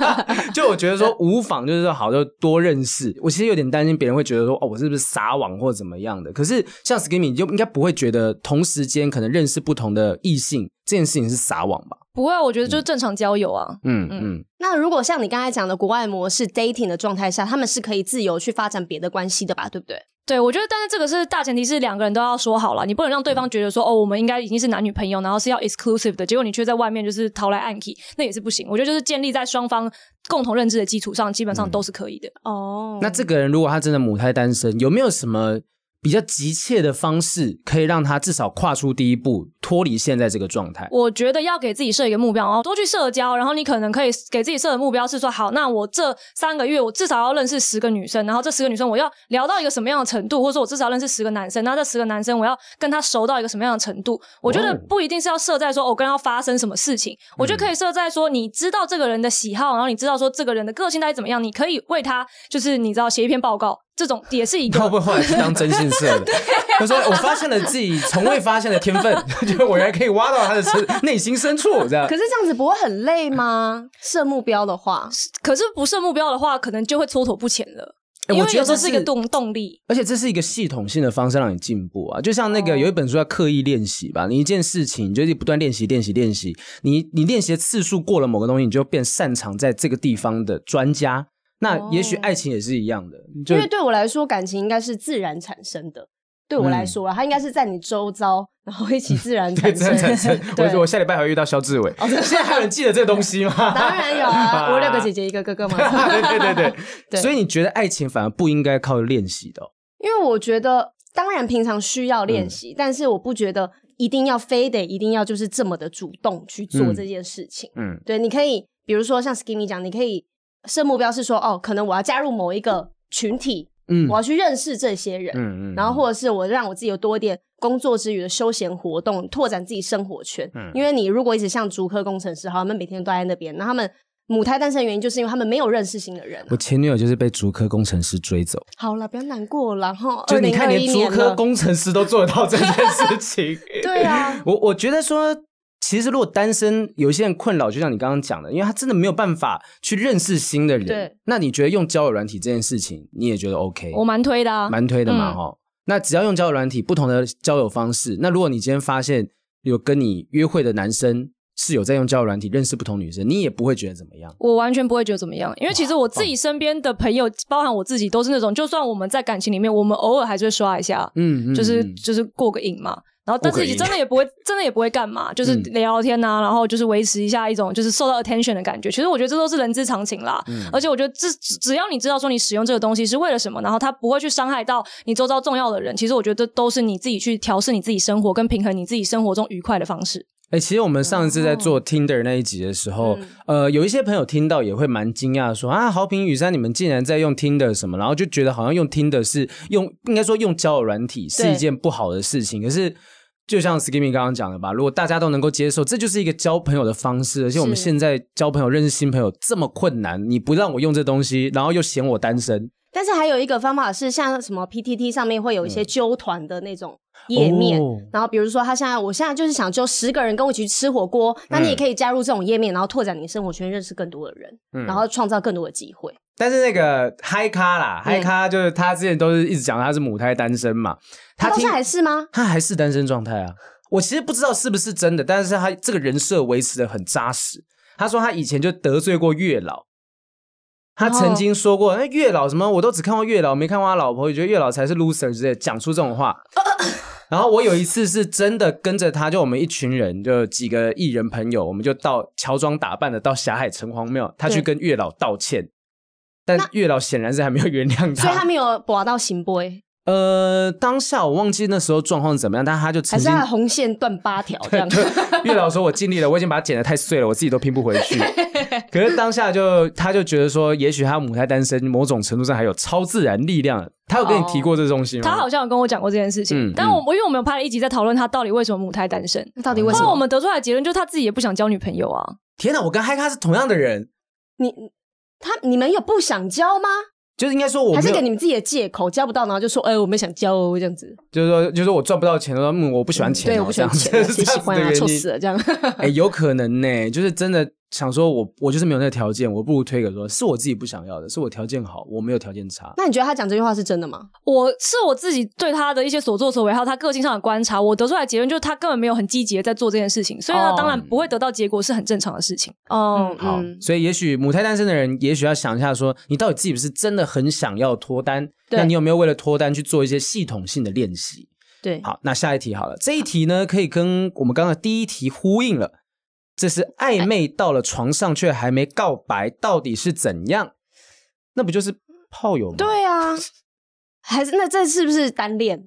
A: 就我觉得说，无妨，就是说好，就多认识。我其实有点担心别人会觉得说，哦，我是不是撒网或怎么样的？可是像 Skimmy 你就应该不会觉得同时间可能认识不同的异性这件事情是撒网吧？
B: 不会啊，我觉得就是正常交友啊。
A: 嗯嗯，
C: 那如果像你刚才讲的国外模式 dating 的状态下，他们是可以自由去发展别的关系的吧？对不对？
B: 对，我觉得，但是这个是大前提是两个人都要说好了，你不能让对方觉得说哦，我们应该已经是男女朋友，然后是要 exclusive 的，结果你却在外面就是逃来暗 key，那也是不行。我觉得就是建立在双方共同认知的基础上，基本上都是可以的。
C: 哦
A: 那这个人如果他真的母胎单身，有没有什么？比较急切的方式，可以让他至少跨出第一步，脱离现在这个状态。
B: 我觉得要给自己设一个目标，然后多去社交，然后你可能可以给自己设的目标是说，好，那我这三个月我至少要认识十个女生，然后这十个女生我要聊到一个什么样的程度，或者说我至少认识十个男生，那这十个男生我要跟他熟到一个什么样的程度？我觉得
A: 哦
B: 不一定是要设在说哦，跟他发生什么事情，我觉得可以设在说你知道这个人的喜好，然后你知道说这个人的个性大概怎么样，你可以为他就是你知道写一篇报告，这种也是一个
A: [laughs] 会不会后来去当征信社
C: [laughs]
A: 的？他说：“我发现了自己从未发现的天分， [laughs] 就是我原来可以挖到他的深内心深处。”这样
C: 可，是这样子不会很累吗？设目标的话，
B: 可是不设目标的话，可能就会蹉跎不前了。
A: 哎
B: 因
A: 我
B: 为
A: 觉
B: 有
A: 得
B: 时候
A: 这
B: 是一个动动力，
A: 而且这是一个系统性的方式让你进步啊。就像那
C: 哦
A: 个有一本书叫《刻意练习》吧，你一件事情你就是不断练习、练习、练习，你你练习的次数过了某个东西，你就变擅长在这个地方的专家。那也许
C: 哦
A: 爱情也是一样的，就
C: 因为对我来说，感情应该是自然产生的。对我来说啊，它应该是在你周遭，然后一起
A: [laughs]
C: 自然产
A: 嗯自然
C: 生。
A: 产生。
C: [laughs] 对哦
A: 我我下礼拜还会遇到肖志伟，现在还有人记得这东西吗？
C: [laughs] 当然有
A: [laughs]
C: 啊，我六个姐姐一个哥哥嘛。 [laughs]
A: 对对对
C: 对
A: 对，所以你觉得爱情反而不应该靠练习的哦、
C: 因为我觉得，当然平常需要
A: 嗯
C: 练习，但是我不觉得一定要非得一定要就是这么的主动去做
A: 嗯
C: 这件事情。
A: 嗯，
C: 对，你可以比如说像 Skimmy 讲，你可以设目标是说，哦，可能我要加入某一个群体，
A: 嗯
C: 我要去认识这些人，
A: 嗯嗯
C: 然后或者是我让我自己有多一点工作之余的休闲活动，拓展自己生活圈。
A: 嗯
C: 因为你如果一直像竹科工程师，好，他们每天都待在那边，那他们母胎单身的原因就是因为他们没有认识新的人啊、
A: 我前女友就是被竹科工程师追走，
C: 好了，不要难过了哈。
A: 就你看连
C: 2021
A: 竹
C: 年
A: 科
C: 了
A: 工程师都做得到这件事
C: [laughs]
A: 情。
C: 对啊，
A: 我我觉得说，其实如果单身，有一些人困扰，就像你刚刚讲的，因为他真的没有办法去认识新的人。
C: 对，
A: 那你觉得用交友软体这件事情，你也觉得 OK？
B: 我蛮推的啊，
A: 蛮推的嘛，
B: 嗯
A: 哈、那只要用交友软体，不同的交友方式。那如果你今天发现有跟你约会的男生是有在用交友软体认识不同女生，你也不会觉得怎么样。
B: 我完全不会觉得怎么样，因为其实我自己身边的朋友，包含我自己，都是那种，就算我们在感情里面，我们偶尔还是会刷一下，
A: 嗯，嗯
B: 就是
A: 嗯
B: 就是过个瘾嘛。然后，但
A: 过
B: 是
A: 个瘾
B: 也真的也不会，真的也不会干嘛，就是
A: 嗯
B: 聊聊天呐、然后就是维持一下一种就是受到 attention 的感觉。其实我觉得这都是人之常情啦。
A: 嗯
B: 而且我觉得这只只要你知道说你使用这个东西是为了什么，然后它不会去伤害到你周遭重要的人，其实我觉得都是你自己去调试你自己生活跟平衡你自己生活中愉快的方式。
A: 哎、其实我们上一
C: 哦
A: 次在做 Tinder 那一集的时候，
C: 嗯
A: 呃，有一些朋友听到也会蛮惊讶，说啊，豪平、雨珊，你们竟然在用 Tinder 什么，然后就觉得好像用 Tinder 是用，应该说用交友软体是
C: 对
A: 一件不好的事情。可是就像 Skimmy 刚刚讲的吧，如果大家都能够接受，这就是一个交朋友的方式。而且我们
C: 是
A: 现在交朋友、认识新朋友这么困难，你不让我用这东西，然后又嫌我单身，
C: 但是还有一个方法是，像什么 PTT 上面会有一些揪团的那种页
A: 嗯
C: 面，
A: 哦
C: 然后比如说他现在，我现在就是想揪十个人跟我一起去吃火锅，那你也可以加入这种页面，然后拓展你的生活圈，认识更多的人，
A: 嗯
C: 然后创造更多的机会。
A: 但是那个嗨咖啦，嗨咖就是他之前都是一直讲他是母胎单身嘛，
C: 他到
A: 听
C: 现在还是吗？
A: 他还是单身状态啊。我其实不知道是不是真的，但是他这个人设维持的很扎实。他说他以前就得罪过月老，他曾经说过，那月老什么我都只看过月老，没看过他老婆，也觉得月老才是 loser 之类的，讲出这种
C: [laughs]
A: 话。然后我有一次是真的跟着他，就我们一群人，就几个艺人朋友，我们就到乔装打扮的到霞海城隍庙，他去
C: 对
A: 跟月老道歉，但月老显然是还没有原谅
C: 所以他
A: 他。
C: 没有拔到行波，
A: 呃，当下我忘记那时候状况是怎么样，但他就
C: 还
A: 曾
C: 是
A: 经
C: 他的红线断八条哦这样？
A: 月老说：“我尽力了，我已经把它剪得太碎了，我自己都拼不回
C: [laughs]
A: 去。”可是当下就他就觉得说，也许他母胎单身，某种程度上还有超自然力量。他有跟
C: 哦
A: 你提过这东西吗？
B: 他好像有跟我讲过这件事情，
A: 嗯
B: 但我因为我们有拍了一集在讨论他到底为什么母胎单身，
C: 那到底为什
B: 后来我
C: 么？
B: 们得出来的结论就是他自己也不想交女朋友啊。
A: 天哪，我跟嗨咖是同样的人，
C: 你他你们有不想交吗？
A: 就是应该说我
C: 还
A: 没
C: 是
A: 有
C: 给你们自己的借口，交不到，然后就说：“哎、我没想交哦，这样子。
A: 就是说就是我赚不到钱，我说嗯我不喜欢钱哦、
C: 对，我不喜欢
A: 这样子
C: 钱啊，
A: [laughs] 是这样子的
C: 谁喜欢啊？
A: 原
C: 臭
A: 因
C: 死了，这样。
A: [laughs] 哎、有可能呢、就是真的想说我我就是没有那个条件，我不如推给说是我自己不想要的，是我条件好，我没有条件差。
C: 那你觉得他讲这句话是真的吗？
B: 我是我自己对他的一些所作所为，还有他个性上的观察，我得出来的结论就是他根本没有很积极的在做这件事情，所以他
C: 哦
B: 当然不会得到结果是很正常的事情。嗯
C: 哦，
A: 好，所以也许母胎单身的人，也许要想一下说，你到底自己是真的很想要脱单，
C: 对
A: 那你有没有为了脱单去做一些系统性的练习？
C: 对，
A: 好，那下一题好了，这一题呢可以跟我们刚刚的第一题呼应了，这是暧昧到了床上却还没告白，到底是怎样？那不就是炮友吗？，
C: 对啊，还是那这是不是单恋？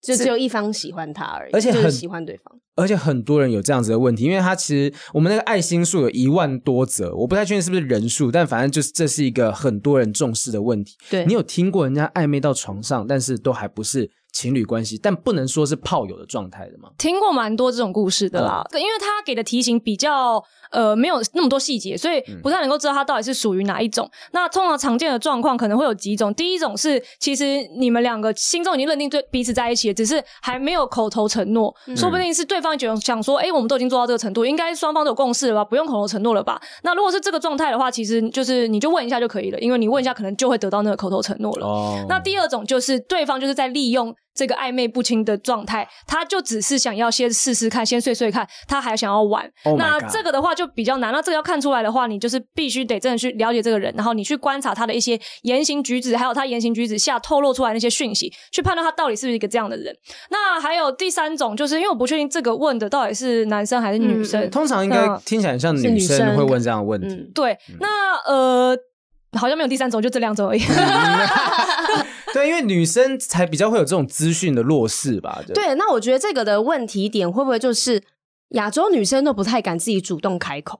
C: 就只有一方喜欢他而已，
A: 而且
C: 就是
A: 很
C: 喜欢对方。
A: 而且很多人有这样子的问题，因为他其实我们那个爱心数有一万多则，我不太确定是不是人数，但反正就是这是一个很多人重视的问题。
C: 对
A: 你有听过人家暧昧到床上，但是都还不是情侣关系，但不能说是炮友的状态的吗？
B: 听过蛮多这种故事的啦，因为他给的题型比较呃没有那么多细节，所以不太能够知道他到底是属于哪一种。那通常常见的状况可能会有几种，第一种是其实你们两个心中已经认定对彼此在一起了，只是还没有口头承诺，说不定是对方觉得想说，哎、我们都已经做到这个程度，应该双方都有共识了吧，不用口头承诺了吧？那如果是这个状态的话，其实就是你就问一下就可以了，因为你问一下可能就会得到那个口头承诺了。
A: 哦
B: 那第二种就是对方就是在利用这个暧昧不清的状态，他就只是想要先试试看，先睡睡看，他还想要玩。
A: Oh my
B: 那
A: God
B: 这个的话就比较难。那这个要看出来的话，你就是必须得真的去了解这个人，然后你去观察他的一些言行举止，还有他言行举止下透露出来那些讯息，去判断他到底是不是一个这样的人。那还有第三种，就是因为我不确定这个问的到底是男生还是女生，
C: 嗯嗯
A: 通常应该
B: 嗯
A: 听起来像
C: 是
A: 女
C: 女
A: 生
C: 生
A: 会问这样的问题。
C: 嗯，
B: 对，那呃。好像没有第三种，就这两种而已。
A: 对，因为女生才比较会有这种资讯的弱势吧？对，
C: 对。那我觉得这个的问题点会不会就是亚洲女生都不太敢自己主动开口，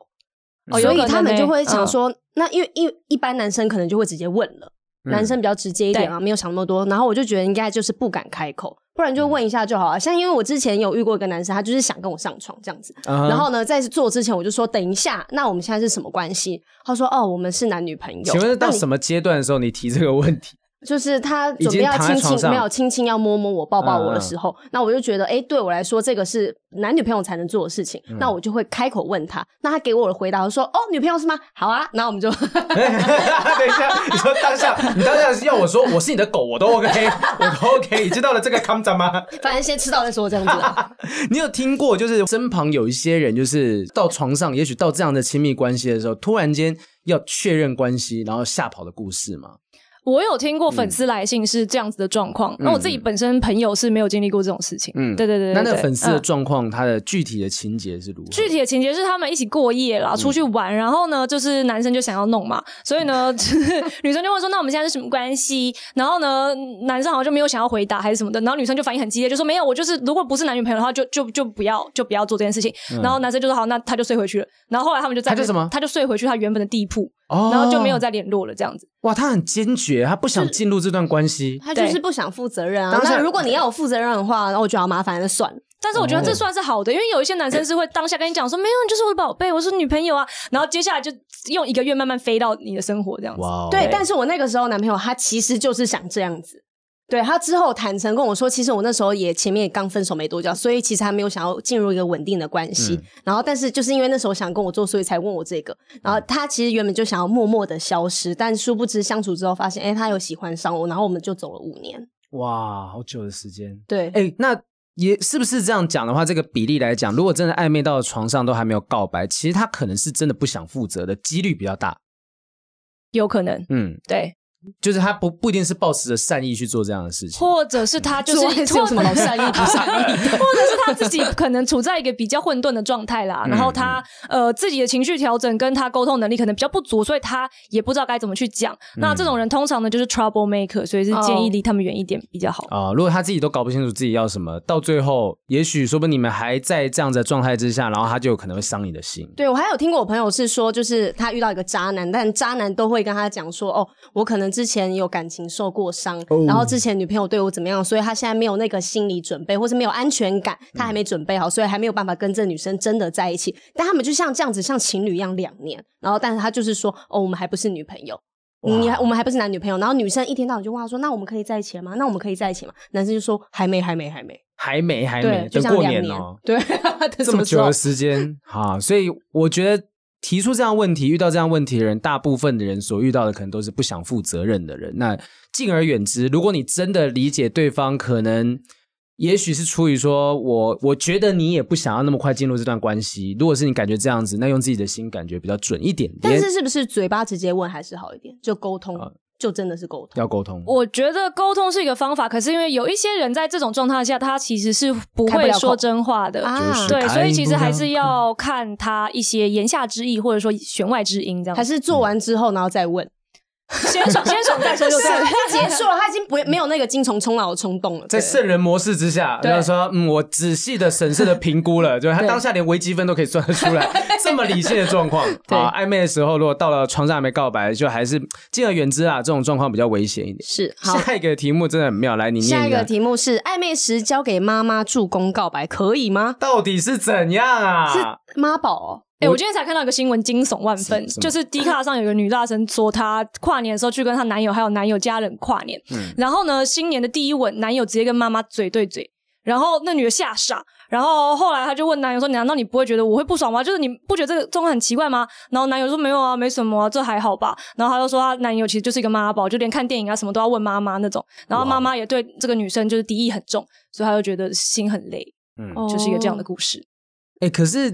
B: 哦有
C: 所
B: 可
C: 以
B: 能
C: 他们
B: 欸
C: 就会想
B: 嗯
C: 说，那因为因为一般男生可能就会直接问了。
A: 嗯
C: 男生比较直接一点啊嘛，没有想那么多。然后我就觉得应该就是不敢开口，不然就问一下就好了。像因为我之前有遇过一个男生，他就是想跟我上床这样子，
A: 嗯哼
C: 然后呢，在做之前我就说等一下，那我们现在是什么关系？他说哦，我们是男女朋友。
A: 请问是到
C: 那你
A: 什么阶段的时候你提这个问题？ [laughs]
C: 就是他
A: 已
C: 准备
A: 经
C: 要
A: 躺在
C: 亲
A: 床
C: 亲，
A: 上
C: 没有亲亲要摸摸我、抱抱
A: 嗯
C: 我
A: 嗯
C: 的时候，那我就觉得，哎、对我来说，这个是男女朋友才能做的事情，
A: 嗯
C: 那我就会开口问他。那他给我的回答，我说，哦，女朋友是吗？好啊，然后我们就
A: 等一下，你说当下，你当下是要我说我是你的狗，我都 OK，我都 OK，已经到了这个康展吗？
C: [laughs] 反正先吃到再说，这样子啊。
A: [laughs] 你有听过，就是身旁有一些人，就是到床上，也许到这样的亲密关系的时候，突然间要确认关系，然后吓跑的故事吗？
B: 我有听
A: 嗯
B: 过粉丝来信是这样子的状况，那、我自己本身朋友是没有经历过这种事情。
A: 嗯
B: 嗯，对对对对
A: 那那个
B: 对
A: 粉丝的
B: 嗯
A: 状况，他的具体的情节是如何？
B: 具体的情节是他们一起过夜
A: 嗯
B: 啦，出去玩，然后呢，就是男生就想要弄嘛，所
A: [laughs]
B: 以呢，就是女生就问说：“那我们现在是什么关系？”然后呢，男生好像就没有想要回答还是什么的，然后女生就反应很激烈，就说：“没有，我就是如果不是男女朋友的话，就就就不要就不要做这件事情。然后男生就说：“好，那他就睡回去了。”然后后来他们就
A: 嗯
B: 在
A: 他就什么
B: 他就睡回去他原本的地铺，
A: 哦
B: 然后就没有再联络了，这样子。
A: 哇，他很坚决，他不想进入这段关系。
C: [laughs] 他就是
B: 对
C: 不想负责任啊
A: 当。下
C: 那如果你要我负责任的话，那我觉得好麻烦，那算了。
B: 但是我觉得
A: 哦
B: 这算是好的，因为有一些男生是会当下跟你讲说，没有，你就是我的宝贝，我是女朋友啊，然后接下来就用一个月慢慢飞到你的生活这样子。
A: 哦
C: 对，但是我那个时候男朋友他其实就是想这样子。对他之后坦诚跟我说，其实我那时候也前面也刚分手没多久，所以其实还没有想要进入一个稳定的关系。
A: 嗯
C: 然后，但是就是因为那时候想跟我做，所以才问我这个。然后他其实原本就想要默默的消失，但殊不知相处之后发现，哎、他有喜欢上我，然后我们就走了五年。
A: 哇，好久的时间。
C: 对，
A: 哎、那也是不是这样讲的话，这个比例来讲，如果真的暧昧到了床上都还没有告白，其实他可能是真的不想负责的几率比较大。
B: 有可能
A: 嗯，
B: 对，
A: 就是他不不一定是抱持着善意去做这样的事情。
B: 或者是他就
C: 做爱
A: [laughs]
B: 是
C: 是有什么好善意不善
B: 意，或者是他自己可能处在一个比较混沌的状态啦，
A: 嗯
B: 然后他呃自己的情绪调整跟他沟通能力可能比较不足，所以他也不知道该怎么去讲。
A: 嗯
B: 那这种人通常呢就是 trouble maker，所以是建议离他们远一点比较好。
A: 啊、如果他自己都搞不清楚自己要什么，到最后，也许说不定你们还在这样的状态之下，然后他就有可能会伤你的心。
C: 对我还有听过我朋友是说，就是他遇到一个渣男，但渣男都会跟他讲说，哦，我可能之前有感情受过伤，
A: 哦
C: 然后之前女朋友对我怎么样，所以他现在没有那个心理准备，或是没有安全感，他还没准备好，所以还没有办法跟这女生真的在一起。但他们就像这样子，像情侣一样两年，然后但是他就是说，哦，我们还不是女朋友。你还我们还不是男女朋友，然后女生一天到晚就问他说：“那我们可以在一起了吗？那我们可以在一起吗？”男生就说：“还没，还没，还没。
A: 还没，”还
C: 对，
A: 没，等
C: 就像
A: 过
C: 两
A: 年
C: 年
A: 哦、
C: 对， [laughs]
A: 这
C: 什
A: 么
C: 时
A: 久
C: 候 [laughs]
A: 的时间 [laughs] 哈，所以我觉得提出这样问题、遇到这样问题的人，大部分的人所遇到的可能都是不想负责任的人。那敬而远之，如果你真的理解对方，可能也许是出于说我我觉得你也不想要那么快进入这段关系。如果是你感觉这样子，那用自己的心感觉比较准一点
C: 但
A: 点，
C: 是是不是嘴巴直接问还是好一点？就沟通，
A: 啊
C: 就真的是沟通。
A: 要沟通。
B: 我觉得沟通是一个方法，可是因为有一些人在这种状态下，他其实是不
C: 开不了
B: 会
C: 口
B: 说真话的。
C: 啊
A: 就是
B: 对，所以其实还是
A: 看不了
B: 要看他一些言下之意，或者说弦外之音这样子。
C: 还是
A: 嗯
C: 做完之后，然后再问。
B: 先爽先爽再说就对了。
C: 他结束了，他已经不没有那个精虫充脑的冲动了。
A: 在圣人模式之下，
C: 对
A: 然后说，嗯，我仔细的、审慎的评估
C: [laughs]
A: 了，就是他
C: 对
A: 当下连微积分都可以算得出
C: [laughs]
A: 来，这么理性的状况。啊，暧昧的时候，如果到了床上还没告白，就还是敬而远之啊，这种状况比较危险一点。
C: 是好。
A: 下一个题目真的很妙，来你念
C: 下一
A: 一下
C: 个题目是暧昧时交给妈妈助攻告白可以吗？
A: 到底是怎样啊？
C: 是妈宝哦，
B: 哎、我今天才看到一个新闻，惊悚万分，
A: 什么
B: 就是 D 卡上有个女大生说，她跨年的时候去跟她男友还有男友家人跨年，嗯然后呢，新年的第一吻，男友直接跟妈妈嘴对嘴，然后那女的吓傻，然后后来她就问男友说：“难道你不会觉得我会不爽吗？就是你不觉得这个状况很奇怪吗？”然后男友说：“没有啊，没什么、啊，这还好吧。”然后她就说她男友其实就是一个妈宝，就连看电影啊什么都要问妈妈那种，然后妈妈也对这个女生就是敌意很重，所以她就觉得心很累，
A: 嗯，
C: 哦
B: 就是一个这样的故事。
A: 哎、可是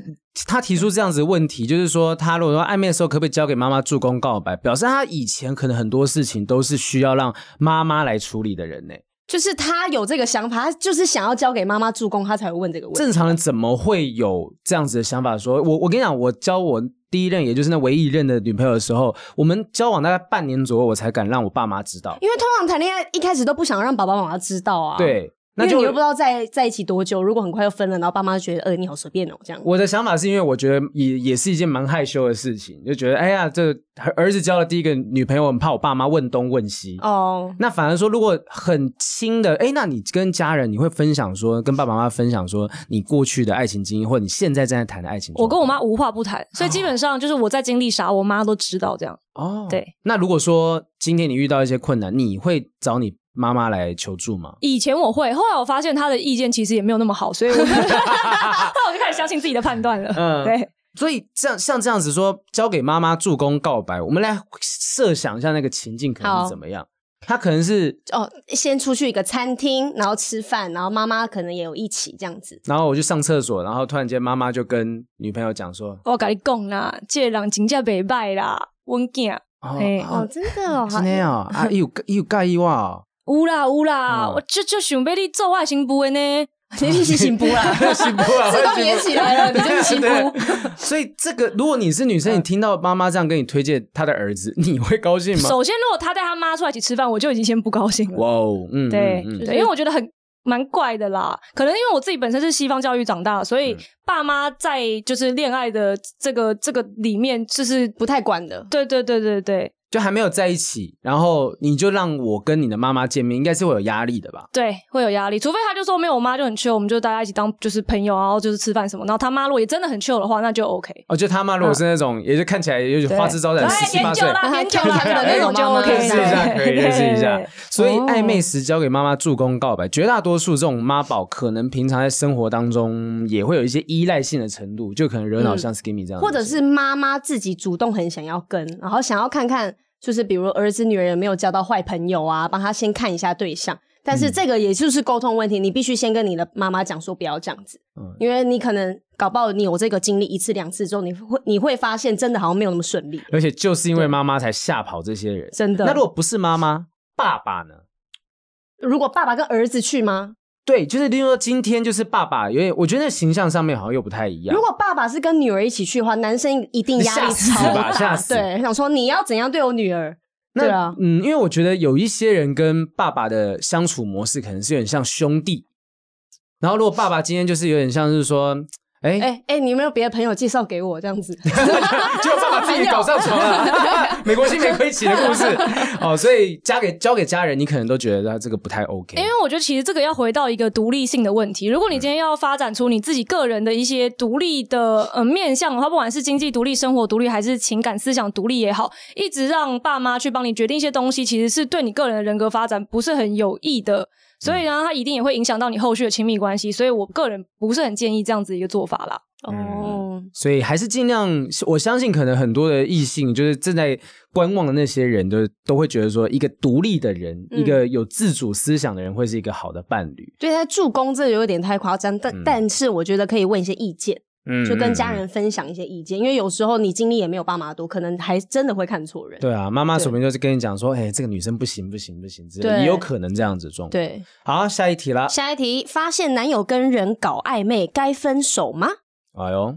A: 他提出这样子的问题，就是说，他如果说暧昧的时候可不可以交给妈妈助攻告白，表示他以前可能很多事情都是需要让妈妈来处理的人呢、
C: 就是他有这个想法，他就是想要交给妈妈助攻，他才会问这个问题。
A: 正常人怎么会有这样子的想法说？我我跟你讲，我交我第一任，也就是那唯一一任的女朋友的时候，我们交往大概半年左右，我才敢让我爸妈知道。
C: 因为通常谈恋爱一开始都不想让爸爸妈妈知道啊。。
A: 对，那
C: 因为
A: 就
C: 你又不知道在在一起多久，如果很快就分了，然后爸妈就觉得，呃，你好随便哦，这样。
A: 我的想法是因为我觉得也也是一件蛮害羞的事情，就觉得哎呀，这儿儿子交了第一个女朋友，很怕我爸妈问东问西。
C: 哦，
A: 那反而说，如果很亲的，哎，那你跟家人，你会分享说，跟爸爸妈妈分享说你过去的爱情经验，或者你现在正在谈的爱情状况。
B: 我跟我妈无话不谈，所以基本上就是我在经历啥，我妈都知道这样。
A: 哦，
B: 对。
A: 那如果说今天你遇到一些困难，你会找你妈妈来求助吗？
B: 以前我会，后来我发现她的意见其实也没有那么好，所以我 [laughs] 后来我就开始相信自己的判断了。
A: 嗯
B: 对，
A: 所以这样像这样子说，交给妈妈助攻告白，我们来设想一下那个情境可能
C: 好
A: 是怎么样？他可能是，
C: 哦，先出去一个餐厅，然后吃饭，然后妈妈可能也有一起这样子。
A: 然后我去上厕所，然后突然间妈妈就跟女朋友讲说，
B: 我跟你讲啦，这个人真正袂歹啦，阮囝
A: 哦
B: 嘿
C: 哦，
A: 哦，
C: 真的哦，
A: 今天哦，啊， [laughs] 伊有伊有介意我 [laughs] 哦，
B: 有啦有啦，
A: 嗯
B: 我就就想要你做我的新妇的
A: [laughs]
B: 呢。
C: 你是行不啦？
A: 行不啊？
C: 自动演起来了，你就是行不。
A: [laughs] 对啊所以这个，如果你是女生，你听到妈妈这样跟你推荐她的儿子，你会高兴吗？
B: 首先，如果她带她妈出来一起吃饭，我就已经先不高兴了。
A: 哇哦，嗯，
B: 对，
A: 嗯嗯
B: 对因为我觉得很蛮怪的啦。可能因为我自己本身是西方教育长大，所
A: 嗯
B: 以爸妈在就是恋爱的这个这个里面，就是
C: 不太管的。
B: 对对对对对
A: 就还没有在一起，然后你就让我跟你的妈妈见面，应该是会有压力的吧？
B: 对，会有压力。除非他就说没有，我妈就很 chill，我们就大家一起当就是朋友，啊然后就是吃饭什么。然后他妈如果也真的很 chill 的话，那就 OK。
A: 哦，就他妈如果是那种，也就看起来也许
B: 对
A: 花枝招展，
B: 来
A: 十七八
B: 点酒
A: 岁，
B: 啦，点酒啦，
C: 看起来
B: 那种就
C: 那种妈妈
B: OK，
A: 认识一下可以
B: 对
A: 认识一下
B: 对。
A: 所以
C: 哦
A: 暧昧时交给妈妈助攻告白，绝大多数这种妈宝可能平常在生活当中也会有一些依赖性的程度，就可能惹恼像 Skimmy 这样的事情，
C: 嗯或者是妈妈自己主动很想要跟，然后想要看看，就是比如儿子女儿有没有交到坏朋友啊，帮他先看一下对象。但是
A: 嗯
C: 这个也就是沟通问题，你必须先跟你的妈妈讲说不要这样子，
A: 嗯
C: 因为你可能搞不好你有这个经历一次两次之后，你会你会发现真的好像没有那么顺利，
A: 而且就是因为
C: 对
A: 妈妈才吓跑这些人。
C: 真的。
A: 呃那如果不是妈妈，爸爸呢？
C: 如果爸爸跟儿子去吗？
A: 对，就是例如说今天就是爸爸，有点我觉得那形象上面好像又不太一样。
C: 如果爸爸是跟女儿一起去的话，男生一定压
A: 吓
C: 力
A: 死
C: 超
A: 吧
C: 大，
A: 吓死
C: 对，想说你要怎样对我女儿？对啊，
A: 嗯，因为我觉得有一些人跟爸爸的相处模式可能是有点像兄弟，然后如果爸爸今天就是有点像是说，哎、 [laughs]
C: 哎、哎、你有没有别的朋友介绍给我这样子？
A: 结果爸爸自己搞上床
C: [laughs]
A: 了，美国新玫瑰起的故事哦，所以交给交给家人，你可能都觉得他这个不太
C: 哎
A: OK，
B: 因为我觉得其实这个要回到一个独立性的问题。如果你今天要发展出你自己个人的一些独立的呃面向的话，不管是经济独立、生活独立，还是情感、思想独立也好，一直让爸妈去帮你决定一些东西，其实是对你个人的人格发展不是很有益的。所以呢，它一定也会影响到你后续的亲密关系。所以我个人不是很建议这样子一个做法啦。
C: 哦，
A: 嗯所以还是尽量，我相信可能很多的异性就是正在观望的那些人都都会觉得说，一个独立的人，
C: 嗯
A: 一个有自主思想的人，会是一个好的伴侣，
C: 对，他助攻这有点太夸张，但、
A: 嗯
C: 但是我觉得可以问一些意见，
A: 嗯
C: 就跟家。
A: 嗯嗯
C: 人分享一些意见，因为有时候你经历也没有爸妈多，可能还真的会看错人。
A: 对啊，妈妈
C: 对
A: 说不定就是跟你讲说，哎、这个女生不行不行不行之类的，
C: 对
A: 也有可能这样子状况。，
C: 对，
A: 好，下一题啦。
C: 下一题，发现男友跟人搞暧昧，该分手吗？
A: 哎呦，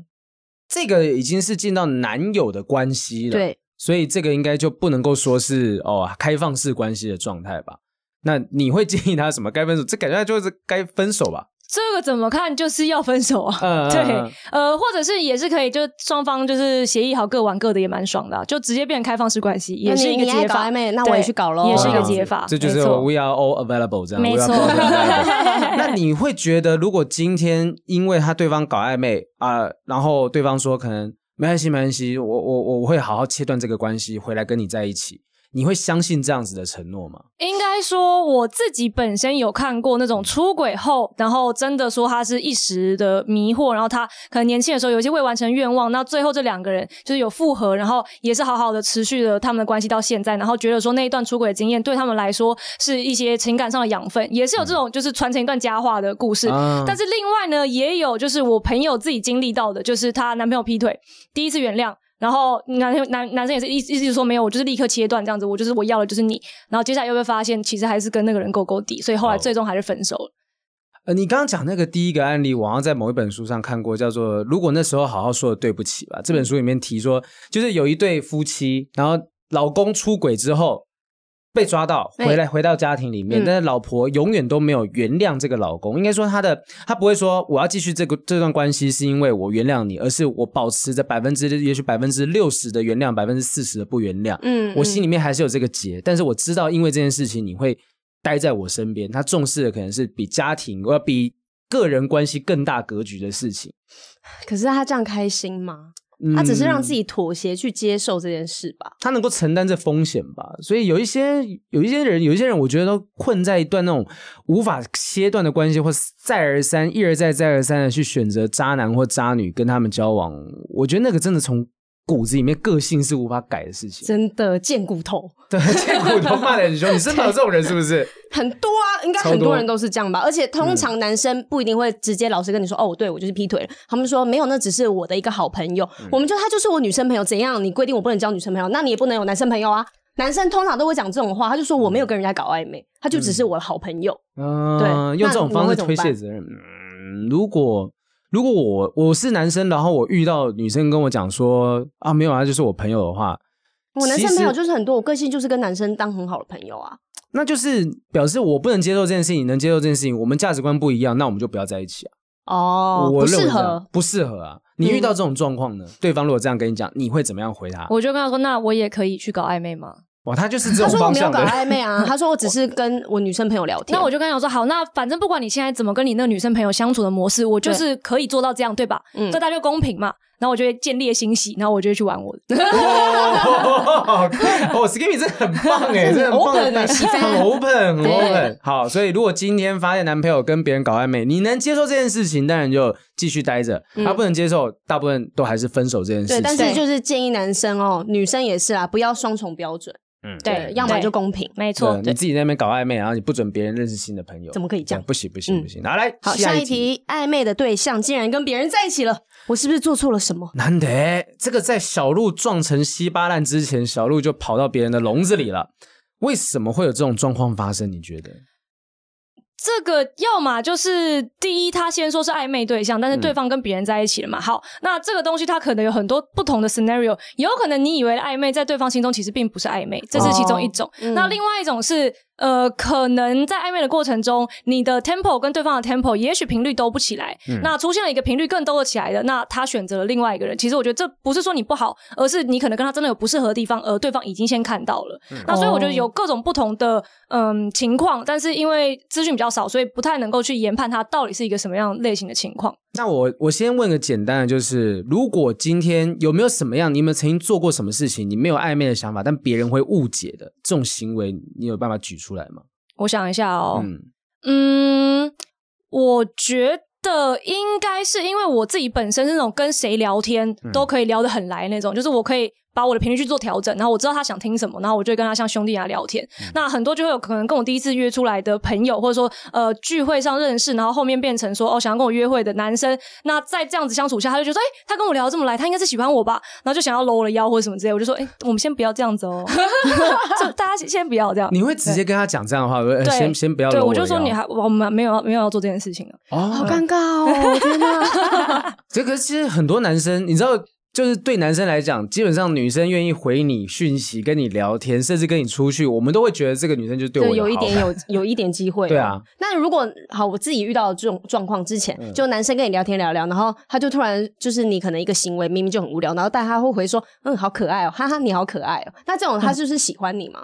A: 这个已经是进到男友的关系了，，
C: 对，
A: 所以这个应该就不能够说是哦开放式关系的状态吧？那你会建议他什么？该分手？这感觉他就是该分手吧？
B: 这个怎么看就是要分手啊？
A: 嗯，
B: 对
A: 嗯嗯
B: 呃，或者是也是可以，就双方就是协议好，各玩各的，也蛮爽的啊、就直接变成开放式关系，也是一个
C: 那你你
B: 解
C: 爱搞
B: 法
C: 暧。昧，那我也
B: 对
C: 去搞喽，
B: 也是一个
A: 这样子
B: 解法
A: 哦这就是
B: 没错
A: we are all available 这样，
B: 没
A: we are
B: 错
A: both available [laughs] 那你会觉得，如果今天因为他对方搞暧昧啊、然后对方说可能没关系，没关系，我我我我会好好切断这个关系，回来跟你在一起，你会相信这样子的承诺吗？
B: [laughs] 应该说，我自己本身有看过那种出轨后，然后真的说他是一时的迷惑，然后他可能年轻的时候有一些未完成愿望，那最后这两个人就是有复合，然后也是好好的持续了他们的关系到现在，然后觉得说那一段出轨的经验对他们来说是一些情感上的养分，也是有这种就是传承一段佳话的故事。
A: 啊
B: 但是另外呢，也有就是我朋友自己经历到的，就是她男朋友劈腿，第一次原谅，然后男朋友男男生也是一一直说没有，我就是立刻切断这样子，我就是我要的就是你，然后接下来又被发现其实还是跟那个人勾勾底，所以后来
A: 哦
B: 最终还是分手了。
A: 呃，你刚刚讲那个第一个案例，我好像在某一本书上看过，叫做《如果那时候好好说的对不起吧》。这本书里面提说，就是有一对夫妻，然后老公出轨之后被抓到，回来回到家庭里面，
C: 嗯
A: 但是老婆永远都没有原谅这个老公。应该说，她的她不会说我要继续这个这段关系是因为我原谅你，而是我保持着百分之也许百分之六十的原谅，百分之四十的不原谅。
C: 嗯
A: 我心
C: 里
A: 里面还是有这个结，但是我知道，因为这件事情你会待在我身边，他重视的可能是比家庭，我要比个人关系更大格局的事情。
C: 可是他这样开心吗？
A: 嗯
C: 他只是让自己妥协去接受这件事吧。
A: 他能够承担这风险吧，所以有一些有一些人，有一些人，我觉得都困在一段那种无法切断的关系，或是再而三、一而再、再而三的去选择渣男或渣女跟他们交往。我觉得那个真的从骨子里面个性是无法改的事情。
C: 真的贱骨头
A: 对， [laughs] 见骨头骂的很凶，你身边有这种人是不是？
C: 很多啊，应该
A: 超
C: 很多
A: 多嗯
C: 人都是这样吧。而且通常男生不一定会直接老实跟你说，哦，对我就是劈腿了。他们说没有，那只是我的一个好朋友，
A: 嗯
C: 我们就他就是我女生朋友，怎样？你规定我不能交女生朋友，那你也不能有男生朋友啊。男生通常都会讲这种话，他就说我没有跟人家搞暧昧，他就只是我的好朋友。
A: 嗯，
C: 对
A: 用
C: 那
A: 这种
C: 你
A: 方
C: 会
A: 式
C: 怎么
A: 推卸
C: 办
A: 责任。嗯，如果如果我我是男生，然后我遇到女生跟我讲说啊没有啊，就是我朋友的话，
C: 我男生朋友
A: 其实
C: 就是很多，我个性就是跟男生当很好的朋友啊。
A: 那就是表示我不能接受这件事情，你能接受这件事情，我们价值观不一样，那我们就不要在一起啊。
C: 哦，
A: 我认
C: 不
A: 为
C: 适
A: 这样
C: 合，嗯
A: 不适合啊。你遇到这种状况呢，对方如果这样跟你讲，你会怎么样回他？
B: 我就跟他说，那我也可以去搞暧昧吗？
A: 哇，他就是这
C: 他
A: 种
C: 说我
A: 方
C: 没有
A: 向
C: 搞
A: 的人。
C: 暧昧啊，他说我只是跟我女生朋友聊 [laughs]
A: 啊
C: 天。
B: 那我就跟他讲说，好，那反正不管你现在怎么跟你那个女生朋友相处的模式，我就是可以做到这样，对吧？
C: 嗯
B: 这大家就公平嘛。然后我就会建立欣喜，然后我就会去玩我的。
A: 哦哦，Skimmy 这很棒哎，这很棒的
C: open 欸喜欢
A: 很 open，很
C: 对
A: open。好，所以如果今天发现男朋友跟别人搞暧昧，你能接受这件事情，当然就继续待着；他不能接受，大部分都还是分手这件事
C: 对，
A: 情。
C: 但是
B: 对
C: 就是建议男生哦，女生也是啊，不要双重标准。
D: 嗯，
C: 对，要么就公平。
B: 没错
A: 对，啊你自己在那边搞暧昧，然后你不准别人认识新的朋友，
C: 怎么可以这样
A: 对不行不行不行！拿来，
C: 好，下一，题，暧昧的对象竟然跟别人在一起了，我是不是做错了什么？
A: 难得这个在小鹿撞成稀巴烂之前，小鹿就跑到别人的笼子里了。为什么会有这种状况发生？你觉得？
B: 这个要么就是第一，他先说是暧昧对象，但是
A: 嗯
B: 对方跟别人在一起了嘛。好，那这个东西它可能有很多不同的 scenario，有可能你以为的暧昧，在对方心中其实并不是暧昧，这是其中一种。
C: 嗯
B: 那另外一种是，呃，可能在暧昧的过程中，你的 tempo 跟对方的 tempo 也许频率都不起来，
A: 嗯
B: 那出现了一个频率更兜得起来的，那他选择了另外一个人。其实我觉得这不是说你不好，而是你可能跟他真的有不适合的地方，而对方已经先看到了。那所以我觉得有各种不同的嗯情况，但是因为资讯比较少，所以不太能够去研判它到底是一个什么样类型的情况。
A: 那我我先问个简单的，就是如果今天有没有什么样，你有没有曾经做过什么事情，你没有暧昧的想法，但别人会误解的这种行为，你有办法举出来吗？
B: 我想一下哦，
A: 嗯，
B: 嗯，我觉得应该是因为我自己本身是那种跟谁聊天
A: 嗯
B: 都可以聊得很来那种，就是我可以把我的频率去做调整，然后我知道他想听什么，然后我就会跟他像兄弟一样聊天。
A: 嗯
B: 那很多就会有可能跟我第一次约出来的朋友，或者说呃聚会上认识，然后后面变成说哦想要跟我约会的男生，那在这样子相处下，他就觉得哎、他跟我聊得这么来，他应该是喜欢我吧，然后就想要搂我的腰或者什么之类，我就说哎、我们先不要这样
A: [laughs]
B: 子哦，就大家先不要这样。
A: 你会直接跟他讲这样的话，呃
B: 对
A: 先先不要
B: 对，
A: 搂
B: 我就
A: 的
B: 说
A: 腰
B: 你还我们没有要没有要做这件事情了。
C: 好
A: 哦，
C: 尴尬哦，天哪！
A: 这个其实很多男生，你知道。就是对男生来讲，基本上女生愿意回你讯息、跟你聊天，甚至跟你出去，我们都会觉得这个女生就 [laughs] 对我
C: 就有一
A: 好
C: 点
A: 感
C: 有有一点机会。
A: 对啊。
C: 那如果好，我自己遇到这种状况之前，
A: 嗯
C: 就男生跟你聊天聊聊，然后他就突然就是你可能一个行为明明就很无聊，然后但他会回说，嗯，好可爱哦，哈哈，你好可爱哦。那这
A: 嗯
C: 种他就是喜欢你吗？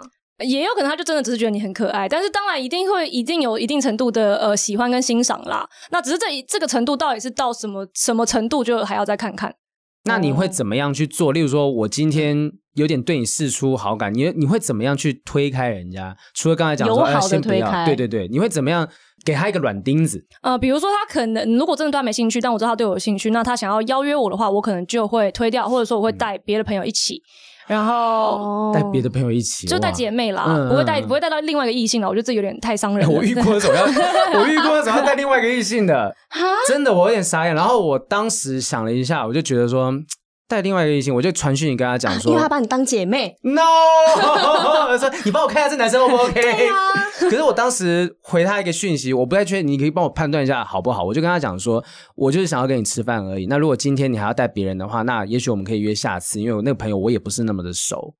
B: 也有可能他就真的只是觉得你很可爱，但是当然一定会一定有一定程度的呃喜欢跟欣赏啦。那只是这一这个程度到底是到什么什么程度，就还要再看看。
A: 那你
C: 哦
A: 会怎么样去做？例如说，我今天有点对你示出好感，你你会怎么样去推开人家？除了刚才讲说
C: 友好地
A: 哎先不要
C: 推开
A: 对对对，你会怎么样给他一个软钉子？
B: 呃，比如说他可能如果真的对他没兴趣，但我知道他对我有兴趣，那他想要邀约我的话，我可能就会推掉，或者说我会带别的朋友一起，然后。
C: 哦
A: 带别的朋友一起，
B: 就带
A: 哇
B: 姐妹啦，
A: 嗯
B: 不会带
A: 嗯嗯
B: 不会带到另外一个异性了，我觉得这有点太伤人
A: 哎
B: 了。
A: 我遇过那
C: [laughs]
A: 种要，我遇过那种要带另外一个异性的，真的我有点傻眼。然后我当时想了一下，我就觉得说嗯带另外一个异性，我就传讯你跟他讲说
C: 因为他把啊你当姐妹，
A: ，no，我说 [laughs] 你帮我看一下这男生 O 不 OK？可
B: 啊
A: 是我当时回他一个讯息，我不太确定，你可以帮我判断一下好不好？我就跟他讲说，我就是想要跟你吃饭而已。那如果今天你还要带别人的话，那也许我们可以约下次，因为我那个朋友我也不是那么的熟。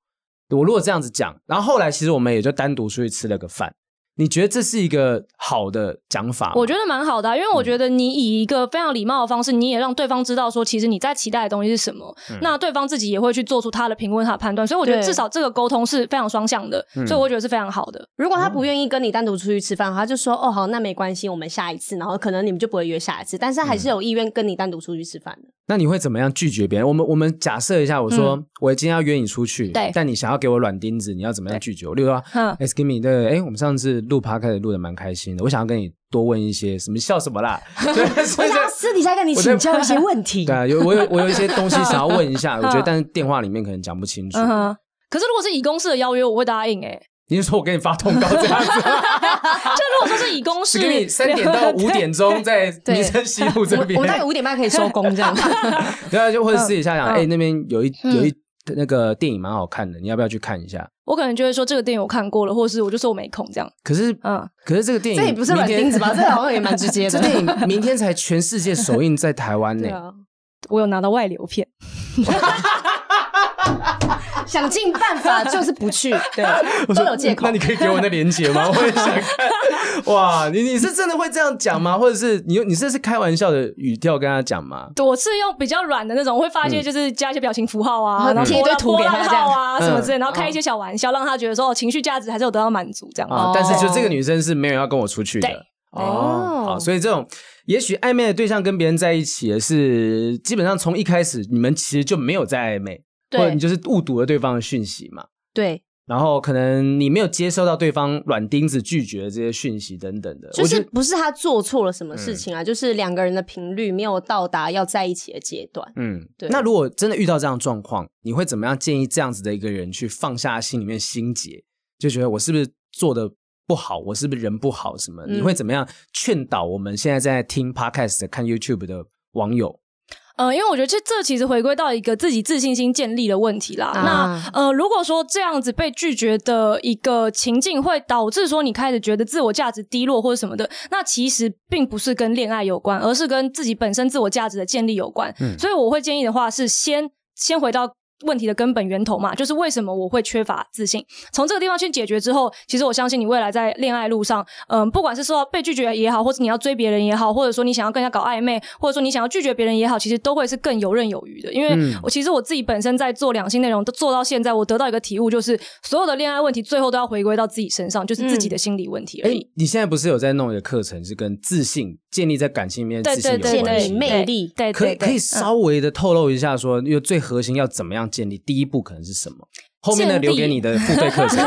A: 我如果这样子讲，然后后来其实我们也就单独出去吃了个饭。你觉得这是一个好的讲法吗？
B: 我觉得蛮好的啊、因为我觉得你以一个非常礼貌的方式，你也让对方知道说，其实你在期待的东西是什么。
A: 嗯
B: 那对方自己也会去做出他的评论、他的判断，所以我觉得
C: 对
B: 至少这个沟通是非常双向的，
A: 嗯
B: 所以我觉得是非常好的。
C: 如果他
A: 哦
C: 不愿意跟你单独出去吃饭，他就说哦好，那没关系，我们下一次，然后可能你们就不会约下一次，但是他
A: 嗯
C: 还是有意愿跟你单独出去吃饭的。
A: 那你会怎么样拒绝别人？我们我们假设一下，我说、
B: 嗯
A: 我今天要约你出去，
B: 对
A: 但你想要给我软钉子，你要怎么样拒绝我？例如说
B: 嗯，
A: ，Excuse me，对，哎，我们上次录 p o d 录的蛮开心的，我想要跟你多问一些什么笑什么啦， [laughs] 对，所
C: 我
A: 以
C: 想要
A: 这
C: 私底下跟你
A: 我在
C: 请教一些问
A: [laughs]
C: 题。
A: 对啊，有我有我有一些东西想要问一下，我觉得
B: 嗯
A: 但是电话里面可能讲不清楚。
B: 嗯哼。可是如果是以公事的邀约，我会答应诶、
A: [laughs] 你是说我给你发通告这样
C: [laughs]
A: 子，
B: 就如果说是以公事，
A: 只给你三点到五点钟在
C: [laughs] 对
A: 民生西路
C: 我
A: 这
C: 们
A: 边，
C: 我们大概五点半可以收工这样。
A: 对啊，就会私底下讲，
B: 嗯
A: 哎、那边有一
B: 嗯
A: 有一那个电影蛮好看的，你要不要去看一下？
B: [laughs] 我可能就会说这个电影我看过了，或者是我就说我没空这样。
A: 可是，
B: 嗯
A: 可是这个电影
C: [laughs] 这也不是软
A: 明天
C: 钉子吧？这好像也蛮直接的。
A: [laughs] 这电影明天才全世界首映在台湾呢、
C: 对啊，
B: 我有拿到外流片，
C: 想尽办法就是不
A: [laughs]
C: 去，对， [laughs] 都有借口
A: 那。你可以给我那链接
C: [laughs]
A: 吗？我也想看。哇，你你是真的会这样讲吗？或者是你你这是开玩笑的语调跟他讲吗？
B: 我是用比较软的那种，我会发一些就是加一些表情符号啊，
C: 嗯
B: 然后
C: 贴一堆图
B: 波
C: 给
B: 浪
C: 他
B: 波浪
C: 这样
B: 号啊什么之类，然后开
C: 嗯
B: 一些小玩笑，让他觉得说哦情绪价值还是有得到满足这样。
A: 啊、
C: 哦
A: 但是就这个女生是没有要跟我出去
B: 对
A: 的。哦
C: 哦，
A: 好，所以这种也许暧昧的对象跟别人在一起，也是基本上从一开始你们其实就没有在暧昧，或者
C: 对
A: 你就是误读了对方的讯息嘛。
C: 对，
A: 然后可能你没有接收到对方软钉子拒绝这些讯息等等的，
C: 就
A: 我觉
C: 是
A: 得嗯
C: 不是他做错了什么事情啊，就是两个人的频率没有到达要在一起的阶段。
A: 嗯，
C: 对
A: 那如果真的遇到这样的状况，你会怎么样建议这样子的一个人去放下心里面心结，就觉得我是不是做的不好，我是不是人不好什么？
C: 嗯
A: 你会怎么样劝导我们现在在听 podcast 的、看 YouTube 的网友？
B: 呃，因为我觉得这这其实回归到一个自己自信心建立的问题啦。
C: 啊
A: 嗯
B: 那呃，如果说这样子被拒绝的一个情境会导致说你开始觉得自我价值低落或者什么的，那其实并不是跟恋爱有关，而是跟自己本身自我价值的建立有关。
A: 嗯
B: 所以我会建议的话是先先回到。问题的根本源头嘛，就是为什么我会缺乏自信。从这个地方去解决之后，其实我相信你未来在恋爱路上，嗯，不管是说被拒绝也好，或是你要追别人也好，或者说你想要跟人家搞暧昧，或者说你想要拒绝别人也好，其实都会是更游刃有余的。因为
A: 嗯
B: 我其实我自己本身在做两性内容，都做到现在，我得到一个体悟，就是所有的恋爱问题最后都要回归到自己身上，就是自己的心理问题而
A: 哎
B: 已。，
A: 你现在不是有在弄一个课程，是跟自信建立在感情里面的
B: 对
A: 自信
B: 对
A: 有
B: 对
A: 关
B: 对，
A: 系
C: 建
A: 吗
C: 立魅力
B: 对
A: 可以
B: 对对嗯
A: 可以稍微的透露一下说，因为最核心要怎么样建立？第一步可能是什么？后面的
B: 建立
A: 留给你的付费
B: [laughs]
A: 课程。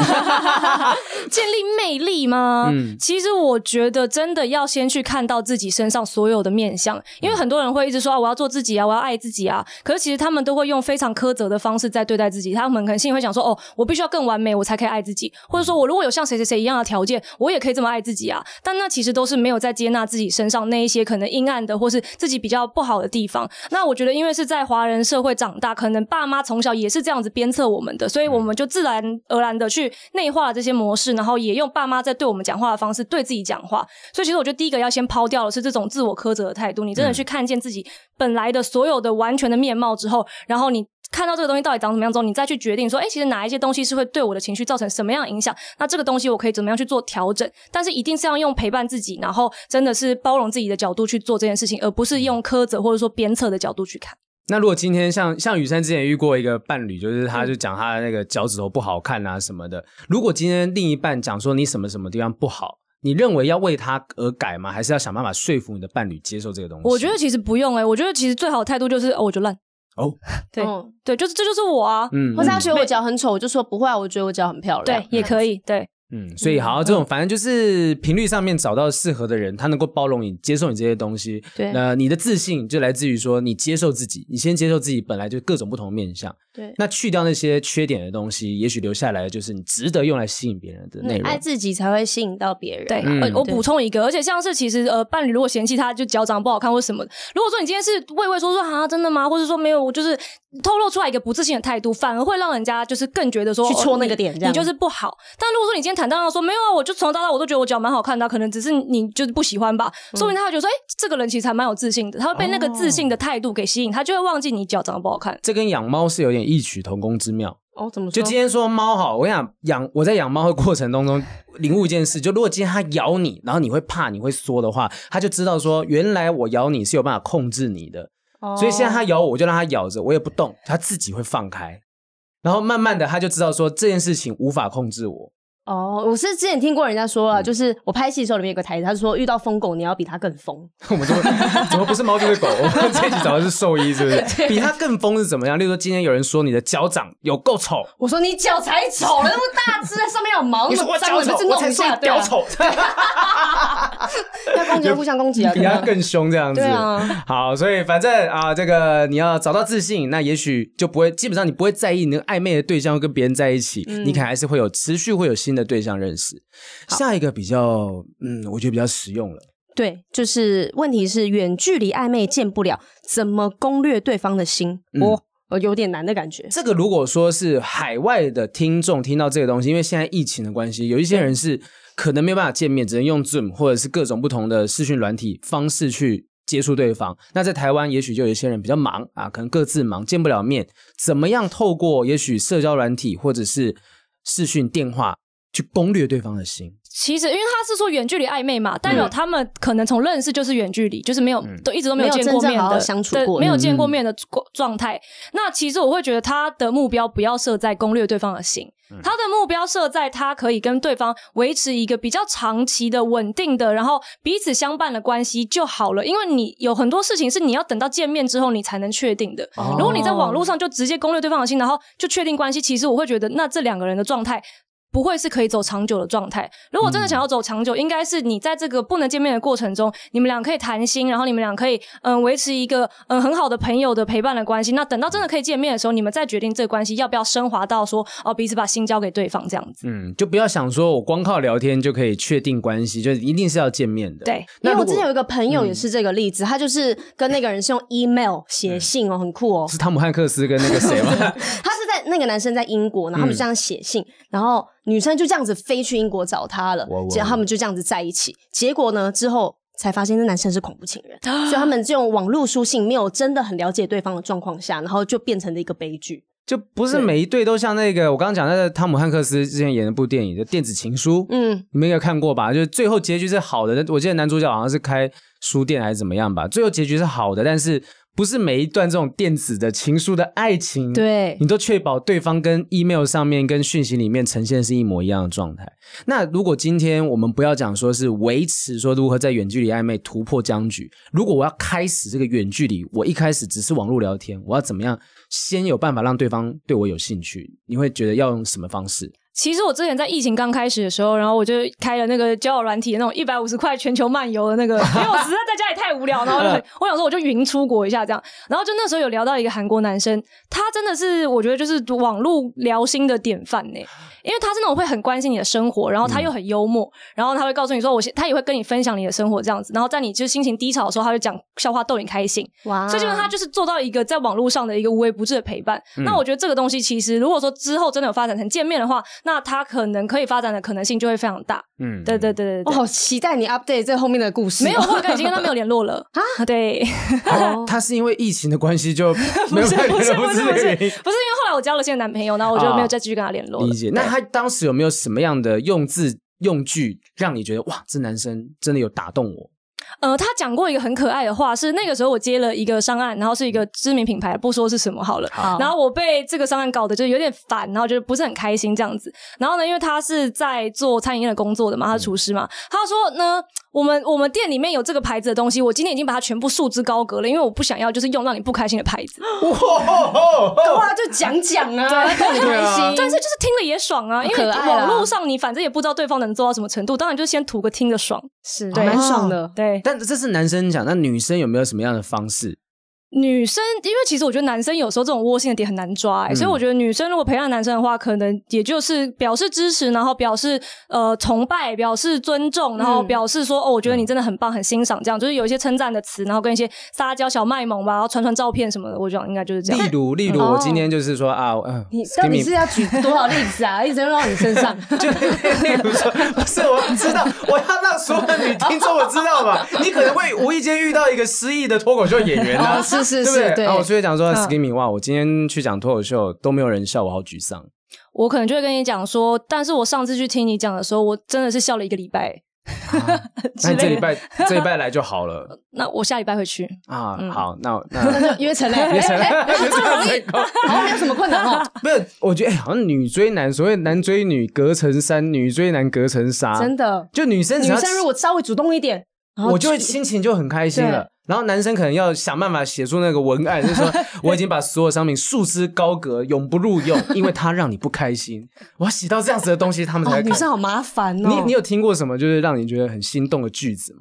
B: 建立魅力吗？
A: 嗯
B: 其实我觉得真的要先去看到自己身上所有的面相，因为很多人会一直说、啊、我要做自己啊，我要爱自己啊，可是其实他们都会用非常苛责的方式在对待自己，他们可能心里会想说，哦，我必须要更完美，我才可以爱自己，或者说我如果有像谁谁谁一样的条件，我也可以这么爱自己啊。但那其实都是没有在接纳自己身上那一些可能阴暗的，或是自己比较不好的地方。那我觉得，因为是在华人社会长大，可能爸妈从小也是这样子鞭策我们的，所以我们就自然而然的去内化了这些模式，然后也用爸妈在对我们讲话的方式对自己讲话。所以其实我觉得第一个要先抛掉的是这种自我苛责的态度，你真的去看见自己本来的所有的完全的面貌之后，然后你。看到这个东西到底长什么样之后，你再去决定说，哎、其实哪一些东西是会对我的情绪造成什么样的影响？那这个东西我可以怎么样去做调整？但是一定是要用陪伴自己，然后真的是包容自己的角度去做这件事情，而不是用苛责或者说鞭策的角度去看。
A: 那如果今天像像雨珊之前遇过一个伴侣，就是
B: 嗯
A: 他就讲他的那个脚趾头不好看啊什么的。如果今天另一半讲说你什么什么地方不好，你认为要为他而改吗？还是要想办法说服你的伴侣接受这个东西？
B: 我觉得其实不用哎、我觉得其实最好的态度就是哦，我就烂，
A: 哦，
B: [laughs] 对
C: 嗯
B: 对，就是这就是我啊，
A: 嗯，
C: 或者他觉得
B: 没
C: 我脚很丑，我就说不会啊，我觉得我脚很漂亮。
B: 对，也可以，对
A: 嗯，所以好，这种反正就是频率上面找到适合的人，他能够包容你、接受你这些东西。
C: 对
A: 那、你的自信就来自于说你接受自己，你先接受自己本来就各种不同的面相。
C: 对
A: 那去掉那些缺点的东西，也许留下来的就是你值得用来吸引别人的内
C: 嗯
A: 容。
C: 爱自己才会吸引到别人。啊
B: 对。
A: 嗯
B: 呃我
C: 对
B: 补充一个，而且像是其实呃，伴侣如果嫌弃他就脚长得不好看或什么的，如果说你今天是畏畏缩缩啊，真的吗？或者说没有，我就是透露出来一个不自信的态度，反而会让人家就是更觉得说
C: 去戳
B: 哦
C: 那个
B: 你
C: 点这
B: 你
C: 样
B: 就是不好。但如果说你今天坦荡荡地说没有啊，我就从头到大我都觉得我脚蛮好看的啊，可能只是你就是不喜欢吧，
C: 嗯
B: 说明他会觉得说，哎、这个人其实还蛮有自信的，他会被
C: 哦
B: 那个自信的态度给吸引，他就会忘记你脚长得不好看。
A: 这跟养猫是有点异曲同工之妙。
C: 哦，怎么
A: 就
C: 说？
A: 今天说猫好，我想养我在养猫的过程当中领悟一件事，就如果今天它咬你，然后你会怕，你会缩的话，它就知道说原来我咬你是有办法控制你的。
C: 哦
A: 所以现在它咬我，我就让它咬着，我也不动，它自己会放开。然后慢慢的，它就知道说这件事情无法控制我。 [laughs]
C: 哦，我是之前听过人家说
A: 嗯
C: 啊，就是我拍戏的时候里面有个台词，他说遇到疯狗你要比他更疯。
A: 我们怎么怎么不是猫就是狗？我们这一集找的是兽医，是不是？比它更疯是怎么样？例如说，今天有人说你的脚掌有够丑，
C: 我说你脚才丑了，那么大只，啊上面有毛，
A: [laughs] 你
C: 哦那
A: 说我
C: 么脏，
A: 脚
C: 你
A: 丑
C: 不是，
A: 我
C: 弄
A: 才
C: 一
A: 说
C: 下
A: 你
C: 对
A: 脚
C: [laughs] 啊？
A: 丑。 [laughs]
C: 要攻击就互相攻击
A: [laughs]
C: 啊，
A: 比
C: 对
A: 他
C: 啊
A: 更凶这样子。
C: 对啊
A: 好，所以反正啊，这个你要找到自信，那也许就不会，基本上你不会在意你那个暧昧的对象会跟别人在一起，
C: 嗯
A: 你可能还是会有持续会有新的对象认识。下一个比较，嗯，我觉得比较实用了。
C: [laughs] 对，就是问题是远距离暧昧见不了，怎么攻略对方的心？
A: 嗯
C: 我我有点难的感觉。
A: 这个如果说是海外的听众听到这个东西，因为现在疫情的关系，有一些人是可能没有办法见面，只能用 Zoom 或者是各种不同的视讯软体方式去接触对方。那在台湾，也许就有一些人比较忙啊，可能各自忙，见不了面，怎么样透过也许社交软体或者是视讯电话去攻略对方的心？
B: 其实因为他是说远距离暧昧嘛，代表他们可能从认识就是远距离，就是没有、
A: 嗯
B: 都一直都没
C: 没有
B: 见
C: 真
B: 过
C: 正
B: 面的
C: 好好相处
B: 对
C: 过
B: 没有
A: 嗯
B: 见过
A: 嗯
B: 面的过状态。那其实我会觉得他的目标不要设在攻略对方的心，
A: 嗯
B: 他的目标设在他可以跟对方维持一个比较长期的、稳定的，然后彼此相伴的关系就好了。因为你有很多事情是你要等到见面之后你才能确定的。
A: 哦
B: 如果你在网络上就直接攻略对方的心，然后就确定关系，其实我会觉得那这两个人的状态。不会是可以走长久的状态。如果真的想要走长久，应该是你在这个不能见面的过程中，你们俩可以谈心，然后你们俩可以嗯、维持一个嗯、很好的朋友的陪伴的关系。那等到真的可以见面的时候，你们再决定这个关系要不要升华到说哦彼此把心交给对方这样子。
A: 嗯，就不要想说我光靠聊天就可以确定关系，就一定是要见面的。，
B: 对，
A: 那
C: 因为
A: 如果
C: 我
A: 嗯
C: 之前有一个朋友也是这个例子，他就是跟那个人是用 email
A: 嗯
C: 写信哦，很酷哦。
A: 是汤姆汉克斯跟那个
C: [laughs]
A: 谁吗？
C: 他是在那个男生在英国，然后他们就这样写信，然后女生就这样子飞去英国找他了
A: 哇哇，
C: 结果他们就这样子在一起。结果呢，之后才发现那男生是恐怖情 [gasps] 人，所以他们这种网络书信没有真的很了解对方的状况下，然后就变成了一个悲剧。
A: 就不是每一对都像那个我刚刚讲那个汤姆汉克斯之前演的部电影的《电子情书》，
C: 嗯，
A: 你们应该看过吧？就是最后结局是好的，我记得男主角好像是开书店还是怎么样吧，最后结局是好的，但是不是每一段这种电子的情书的爱情，
C: 对
A: 你，都确保对方跟 email 上面跟讯息里面呈现是一模一样的状态。那如果今天我们不要讲说是维持说如何在远距离暧昧突破僵局，如果我要开始这个远距离，我一开始只是网络聊天，我要怎么样先有办法让对方对我有兴趣？你会觉得要用什么方式？
B: 其实我之前在疫情刚开始的时候，然后我就开了那个交友软体的那种一百五十块全球漫游的那个，因为我实在在家里太无聊，然后就很我想说我就云出国一下这样，然后就那时候有聊到一个韩国男生，他真的是我觉得就是网络聊心的典范呢、因为他是那种会很关心你的生活，然后他又很幽默，然后他会告诉你说我现他也会跟你分享你的生活这样子，然后在你就是心情低潮的时候，他就讲笑话逗你开心，
C: 哇
A: 啊
B: 所以基本上他就是做到一个在网络上的一个无微不至的陪伴。
A: 嗯
B: 那我觉得这个东西其实，如果说之后真的有发展成见面的话，那他可能可以发展的可能性就会非常大。
A: 嗯，
B: 对对对对
C: 我
B: 对。
C: 好哦期待你 update 这后面的故事哦。
B: 没有，我已经跟他没有联络了啊！对，
A: 哦，他是因为疫情的关系就没有
B: 不是
A: 办法
B: 不是
A: 联络
B: 不是
A: 这
B: 不
A: 个
B: 是
A: 原因
B: 不是因为后来我交了新的男朋友，然后我就没有再继续跟他联络了
A: 啊理。解。那他当时有没有什么样的用字用句让你觉得哇，这男生真的有打动我？
B: 呃，他讲过一个很可爱的话，是那个时候我接了一个商案，然后是一个知名品牌，不说是什么好了。
C: [laughs] 好，
B: 然后我被这个商案搞得就有点烦，然后就是不是很开心这样子。然后呢，因为他是在做餐饮业的工作的嘛，他是厨师
C: 嗯
B: 嘛，他说呢，我们我们店里面有这个牌子的东西，我今天已经把它全部束之高阁了，因为我不想要就是用让你不开心的牌子。
C: 嗯哇，就讲讲啊，逗你开心。
B: 但是就是听了也爽啊，因为
C: 可爱啦
B: 网络上你反正也不知道对方能做到什么程度，当然就先图个听着爽。
C: 是
A: 对
C: 蛮爽的。
B: 对，
A: 但这是男生讲，那女生有没有什么样的方式？
B: 女生，因为其实我觉得男生有时候这种窝心的点很难抓、
A: 嗯
B: 欸，所以我觉得女生如果陪伴男生的话，可能也就是表示支持，然后表示呃崇拜，表示尊重，然后
C: 嗯
B: 表示说、哦，我觉得你真的很棒，很欣赏，这样就是有一些称赞的词，然后跟一些撒娇小卖萌吧，然后传传照片什么的，我想应该就是这
A: 例
B: 样。
A: 如，例如，
C: 哦
A: 我今天就是说啊，嗯，
C: 你到底
A: give
C: 是
A: me-
C: 要举多少例子啊？一直都到你身 [laughs] 上，
A: 就例如说， [laughs] 不是，我知道，我要让所有的女听众我知道
C: [laughs]
A: 吧，你可能会无意间遇到一个失忆的脱口秀演员啊
C: 哦，是
A: 对
C: 是
A: 不
C: 是，
A: 对？
C: 对
A: 然后我就会讲说
B: 嗯
A: ，Skimmy，哇，我今天去讲脱口秀都没有人笑，我好沮丧。
B: 我可能就会跟你讲说，但是我上次去听你讲的时候，我真的是笑了一个礼拜，
A: 啊
B: [laughs]
A: 那你这
B: 之类的
A: 礼拜这礼拜来就好了
B: 那我下礼拜会去。
A: 啊，好，
C: [laughs]
A: 那那
C: 那就约成嘞，
A: 别
C: 哎
A: 成，
C: 嗯
A: [laughs]
C: 哎
A: 别成成功。
C: [laughs] 好像没有什么困难 [laughs] 哦，
A: 没有，我觉得、哎好像女追男，所谓男追女隔层山，女追男隔层纱，
C: 真的。
A: 就女生只
C: 女
A: 要
C: 生如果稍微主动一点，然后
A: 我就会心情就很开心了。然后男生可能要想办法写出那个文
C: [laughs]
A: 案，就说我已经把所有商品束之高阁，永不
C: [laughs]
A: 录用，因为它让你不开心。我要写到这样子的东西，他们才
C: 哦，
A: 会
C: 女
A: 看。
C: 生好麻烦哦。
A: 你你有听过什么就是让你觉得很心动的句子吗？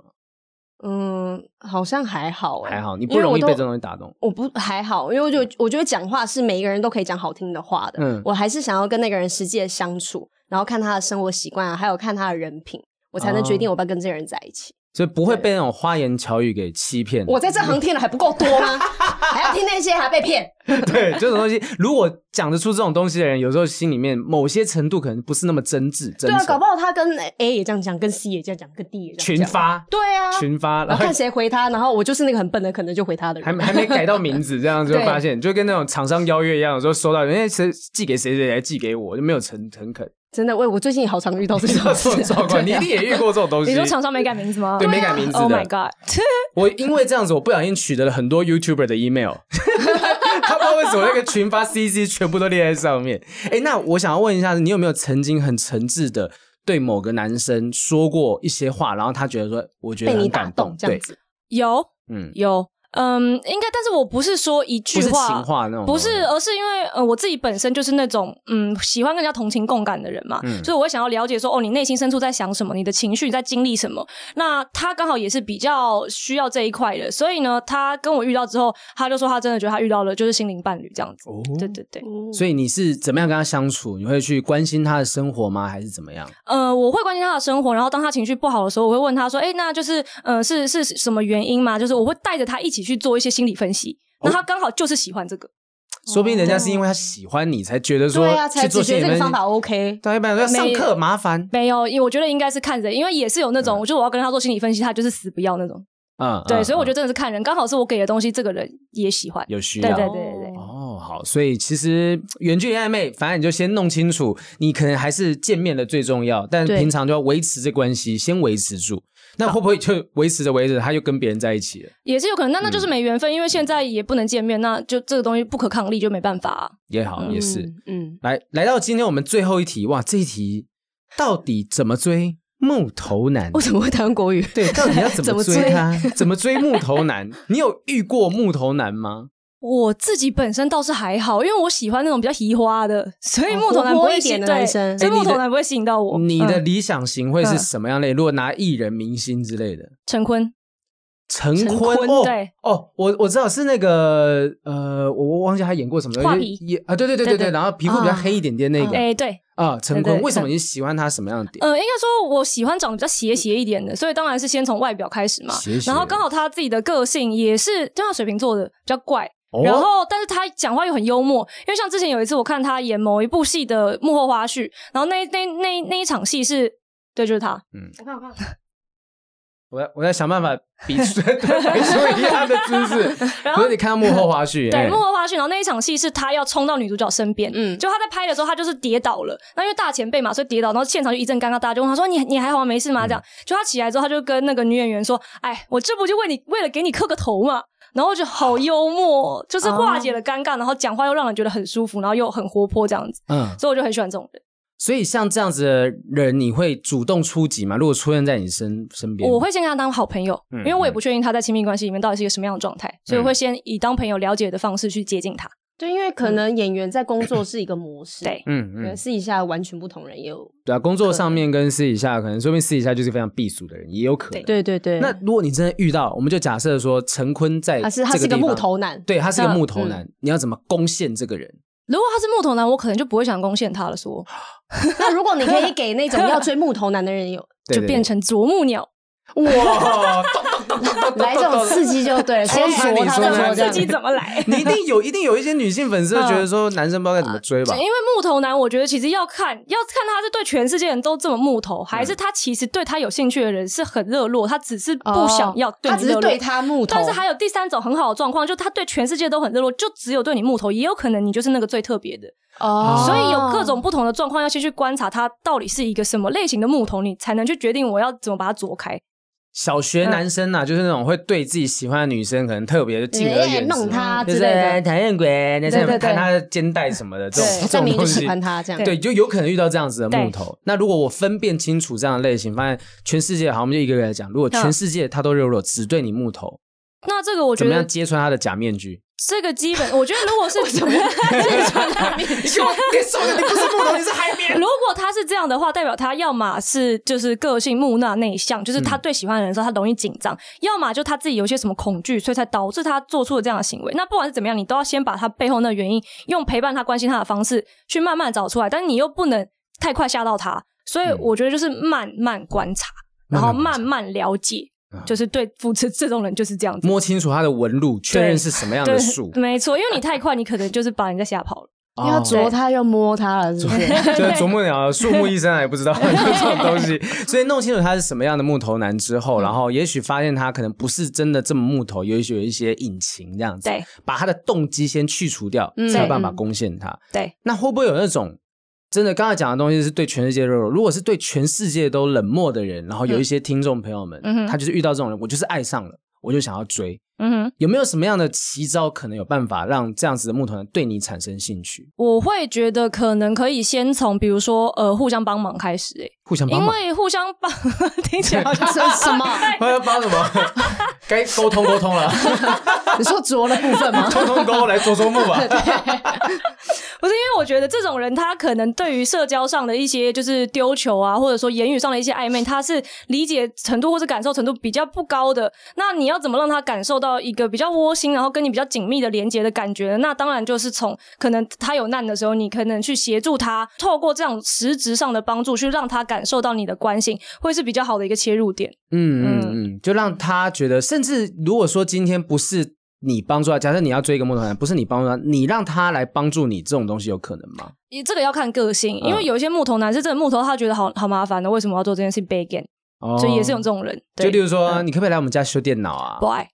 C: 嗯，好像还好哎，
A: 还好，你
C: 因
A: 不
C: 为我
A: 容易被
C: 都
A: 这东西打动。
C: 我不还好，因为我就我觉得讲话是每一个人都可以讲好听的话的，
A: 嗯
C: 我还是想要跟那个人实际的相处，然后看他的生活习惯啊，还有看他的人品，我才能决
A: 哦
C: 定我要不要跟这个人在一起。
A: 所以不会被那种花言巧语给欺骗。
C: 我在这行听的还不够多吗？还要听那些还被骗？
A: [laughs] 对这种东西，如果讲得出这种东西的人，有时候心里面某些程度可能不是那么真挚、真
C: 对啊，
A: 诚。
C: 搞不好他跟 A 也这样讲，跟 C 也这样讲，跟 D 也这样
A: 群
C: 讲。
A: 发，
C: 对啊，
A: 群发，
C: 然
A: 然
C: 后
A: 后
C: 看谁回他，然后我就是那个很笨的，可能就回他的
A: 还
C: 人。
A: 还没改到名字，这样就
C: 对
A: 哎
B: [laughs]
A: 发现，就跟那种厂商邀约一样，有时候收到人家谁寄给谁谁来寄给我，就没有诚诚恳。
C: 真的，喂，我最近也好常遇到这
A: 遇到 [laughs] 这
C: 种
A: 种
C: 事啊
A: 状况，你一定也遇过这种东西。
B: 你说厂商没改名字吗？
A: 对没改名字的
B: Oh my god！
A: 我因为这样子，我不小心取得了很多 YouTuber 的
B: [laughs]
A: email，他不知道为什么那个群发 CC 全部都列在上面。哎、那我想要问一下，你有没有曾经很诚挚的对某个男生说过一些话，然后他觉得说，我觉得
C: 被你
A: 很
C: 打
A: 感
C: 动这样
A: 对，
C: 子，
B: 有
A: 嗯，
B: 有，嗯，应该，但是我不是说一句
A: 不是情
B: 话，
A: 话那种，
B: 不是，而是因为呃，我自己本身就是那种嗯，喜欢跟人家同情共感的人嘛，
A: 嗯
B: 所以我会想要了解说，哦，你内心深处在想什么，你的情绪在经历什么。那他刚好也是比较需要这一块的，所以呢，他跟我遇到之后，他就说他真的觉得他遇到了就是心灵伴侣这样子。
A: 哦，
B: 对对对，
C: 嗯
A: 所以你是怎么样跟他相处？你会去关心他的生活吗？还是怎么样？
B: 呃，我会关心他的生活，然后当他情绪不好的时候，我会问他说：“哎，那就是呃，是是什么原因吗？”就是我会带着他一起去做一些心理分析。
A: 哦
B: 那他刚好就是喜欢这个，
A: 说不定人家是因为他喜欢你，才觉得说
C: 对啊，才
A: 去做
C: 只觉
A: 心
C: 得
A: 理
C: 这个
A: 分
C: 方
A: 析
C: 法 OK。
A: 对，一般人说上
B: 没
A: 课麻烦，
B: 没有，因为我觉得应该是看人，因为也是有那种，我觉得我要跟他做心理分析，他就是死不要那种。
A: 嗯，
B: 对，
A: 嗯
B: 所以我觉
A: 嗯
B: 得真的是看人，刚好是我给的东西，这个人也喜欢。
A: 有需
B: 对
A: 要，
B: 对对对对
C: 哦
A: 哦，好，所以其实远距离暧昧，反正你就先弄清楚，你可能还是见面的最重要，但
C: 对
A: 平常就要维持这关系，先维持住。那会不会就维持着维持着，他就跟别人在一起了？
B: 也是有可能。那那就是没缘分，因为现在也不能见面，那就这个东西不可抗力，就没办法、啊。
A: 也好，
B: 嗯
A: 也是。
C: 嗯， [laughs]
A: 来，来到今天我们最后一题，哇，这一题到底怎么追木头男？
C: 为什么会谈国语？
A: 对，到底要怎
C: 怎
A: 么
C: 么
A: 追
C: 追
A: 他？ [laughs] 怎么追木头男？你有遇过木头男吗？
B: 我自己本身倒是还好，因为我喜欢那种比较移花的，所以
C: 哦
B: 木头男
C: 活
B: 不
C: 泼
B: 会
C: 一
B: 吸
C: 点的
B: 对
C: 男生
B: 所
A: 哎
B: 以
A: 你
B: 木头
A: 的
B: 男不会吸引到我。
A: 你的
B: 嗯
A: 理想型会是
B: 嗯
A: 什么样类？如果拿艺人、明星之类的，
B: 陈坤，
A: 陈
C: 陈
A: 坤
C: 坤
A: 哦
B: 对
A: 哦，我我知道是那个呃，我我忘记他演过什么东西
B: 画皮
A: 也啊，对对对对
B: 对
A: 对，
B: 对
A: 然后皮肤比较
C: 啊
A: 黑一点点那个
B: 哎，对，
A: 啊，陈
B: 对
A: 坤
B: 对
A: 为什么你喜欢他什么样的点？
B: 呃，应该说我喜欢长得比较斜斜一点的，所以当然是先从外表开始嘛。
A: 斜斜
B: 然后刚好他自己的个性也是，就像水瓶座的，比较怪。
A: 哦
B: 呃然后，但是他讲话又很幽默，因为像之前有一次我看他演某一部戏的幕后花絮，然后那那那那一场戏是，对，就是他，
C: 我看我看，
A: 我要我要想办法比出 [laughs] 比出一样的姿势。
B: [laughs] 然
A: 可
B: 后
A: 是你看到幕后花絮，哎
B: 对幕后花絮，然后那一场戏是他要冲到女主角身边，
C: [laughs] 嗯
B: 嗯，就他在拍的时候他就是跌倒了，那因为大前辈嘛，所以跌倒，然后现场就一阵尴尬，大家就问他说你你还好吗？没事吗？这样，就他起来之后他就跟那个女演员说，哎，我这不就为你为了给你磕个头嘛。然后就好幽默，哦就是化解了尴尬，然后讲话又让人觉得很舒服，然后又很活泼这样子，
A: 嗯，
B: 所以我就很喜欢这种人。
A: 所以像这样子的人，你会主动出击吗？如果出现在你身身边，
B: 我会先跟他当好朋友，
A: 嗯
B: 因为我也不确定他在亲密关系里面到底是一个什么样的状态，所以我会先以当朋友了解的方式去接近他。
C: 对，因为可能演员在工作是一个模 [coughs] 式，
B: 对，
A: 嗯
C: 可能
A: 嗯，
C: 私底下完全不同人也有。
A: 对啊，工作上面跟私底下，可能说不定私底下就是非常避暑的人，也有可能。
C: 对对对，
A: 那如果你真的遇到，我们就假设说陈坤在
C: 他是他
A: 这
C: 是个
A: 地方
C: 木头男，
A: 对他是个
B: 嗯
A: 木头男，你要怎么攻陷这个人？
B: 如果他是木头男，我可能就不会想攻陷他了说，
C: 那如果你可以给那种要追木头男的
A: [laughs]
C: 人有
A: 对
B: 就
A: 对
B: 变
A: 对
B: 成啄木鸟，
A: [laughs] 哇！
C: [laughs] 来这种刺激就对了，先
A: 哎
C: 啄他
A: 你
C: 再
A: 说
C: 说
A: 的
C: 这
B: 自
C: 样
B: 己。
A: [laughs]
B: 怎么来？
A: 你一定有一定有一些女性粉丝会觉得
C: 嗯
A: 说男生不知道该怎
C: 啊
A: 么追吧
B: 因？为木头男，我觉得其实要看，要看他是对全世界人都这么木头，还
A: 嗯
B: 是他其实对他有兴趣的人是很热络，他只是不想要对
C: 哦他
B: 你
C: 只是
B: 热络
C: 对。他木头，
B: 但是还有第三种很好的状况，就他对全世界都很热络，就只有对你木头，也有可能你就是那个最特别的。
C: 哦，
B: 所以有各种不同的状况，要先去观察它到底是一个什么类型的木头，你才能去决定我要怎么把它啄开。
A: 小学
C: 嗯
A: 男生呐、就是那种会对自己喜欢的女生可能特别的敬而
C: 哎
A: 远之，
C: 弄他
A: 就
C: 之
A: 是
C: 类的，
A: 讨厌鬼，那
C: 对对
A: 是
C: 对
A: 弹他的肩带什么的，这种
C: 对，
A: 这
C: 证
A: 种
C: 明
A: 东
C: 就
A: 西
C: 喜。欢他这样。
A: 对，就有可能遇到这样子的木
B: 对
A: 头。那如果我分辨清楚这样的类型，发现全世界好，我们就一个一个来讲。如果全世界他都热络，只对你木头，
B: 那这个我
A: 怎
B: 觉
A: 么样
B: 得
A: 揭穿他的假面
C: [laughs]
A: 具？
B: 这个基本，我觉得
A: [laughs]
B: 如果是
A: 你给我别手了，你不是木头，你是海绵。
B: [laughs] 如果他是这样的话，代表他要么是就是个性木讷内向，就是他对喜欢的人的时候他容易紧张；要么就他自己有一些什么恐惧，所以才导致他做出了这样的行为。那不管是怎么样，你都要先把他背后那个原因，用陪伴他、关心他的方式去慢慢找出来，但是你又不能太快吓到他，所以
A: 嗯
B: 我觉得就是慢慢观察，
A: 慢慢
B: 然后
A: 观
B: 慢
A: 察
B: 慢了解，
A: 啊
B: [laughs] 就是对扶持这种人就是这样子。
A: 摸清楚他的纹路，确认是什么样的
B: 对
A: 树，
C: 嗯
B: 没错，因为你太快，你可能就是把人家吓跑
A: 哦
B: 了。
C: 因为他啄他又摸他了，是
A: [laughs]
C: 不是？
A: 就是啄木鸟、树木医生啊还不知道 [laughs] 就这种东西，所以弄清楚他是什么样的木头男之
B: 嗯
A: 后，然后也许发现他可能不是真的这么木头，也许有一些隐情这样子，
B: 对
A: 把他的动机先去除掉，
C: 嗯
A: 才有办法攻陷他。
B: 对，
A: 那会不会有那种真的，刚才讲的东西是对全世界都有。如果是对全世界都冷漠的人，然后有一些听众朋友们，
B: 嗯哼
A: 他就是遇到这种人，我就是爱上了，我就想要追。
B: 嗯哼，
A: 有没有什么样的奇招，可能有办法让这样子的木团对你产生兴趣，
B: 我会觉得可能可以先从比如说呃互相帮忙开始、欸，
A: 互相帮
B: 因
A: 忙？
B: 为互相帮 [laughs] 听起来好像
C: 这是 [laughs] 什么？
A: [laughs] 要哎帮什么？该沟通沟通
B: [laughs]
A: 了，
C: 你说浊的部
A: [laughs]
C: 分吗？
A: 沟通沟来做做木吧。 [laughs]
B: 不是因为我觉得这种人他可能对于社交上的一些就是丢球啊，或者说言语上的一些暧昧，他是理解程度或者感受程度比较不高的。那你要怎么让他感受到一个比较窝心，然后跟你比较紧密的连接的感觉呢？那当然就是从可能他有难的时候，你可能去协助他，透过这样实质上的帮助去让他感受到你的关心，会是比较好的一个切入点。
A: 嗯嗯嗯，就让他觉得，甚至如果说今天不是你帮助他，假设你要追一个木头男，不是你帮助他，你让他来帮助你，这种东西有可能吗？
B: 也这个要看个性，
A: 嗯
B: 因为有一些木头男是真的木头，他觉得好好麻烦的，为什么要做这件事 b e g a n
A: 哦
B: 所以也是有这。种人。
A: 就
B: 对
A: 例如说，你可不可以来我们家修电脑啊
B: 不？爱。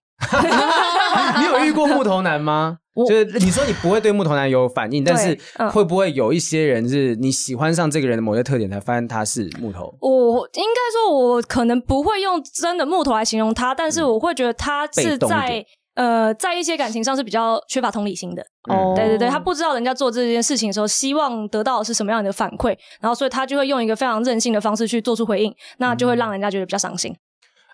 A: 你有遇过木头男吗？
B: 我
A: 就是你说你不会对木头男有反应，但是
B: 对嗯
A: 会不会有一些人是你喜欢上这个人的某些特点，才发现他是木头？
B: 我应该说，我可能不会用真的木头来形容他，但是我会觉得他
A: 嗯被
B: 是
A: 动一
B: 在
A: 点
B: 呃，在一些感情上是比较缺乏同理心的。
A: 哦
B: 对对对，他不知道人家做这件事情的时候，希望得到的是什么样的反馈，然后所以他就会用一个非常任性的方式去做出回应，那
A: 嗯
B: 就会让人家觉得比较伤心。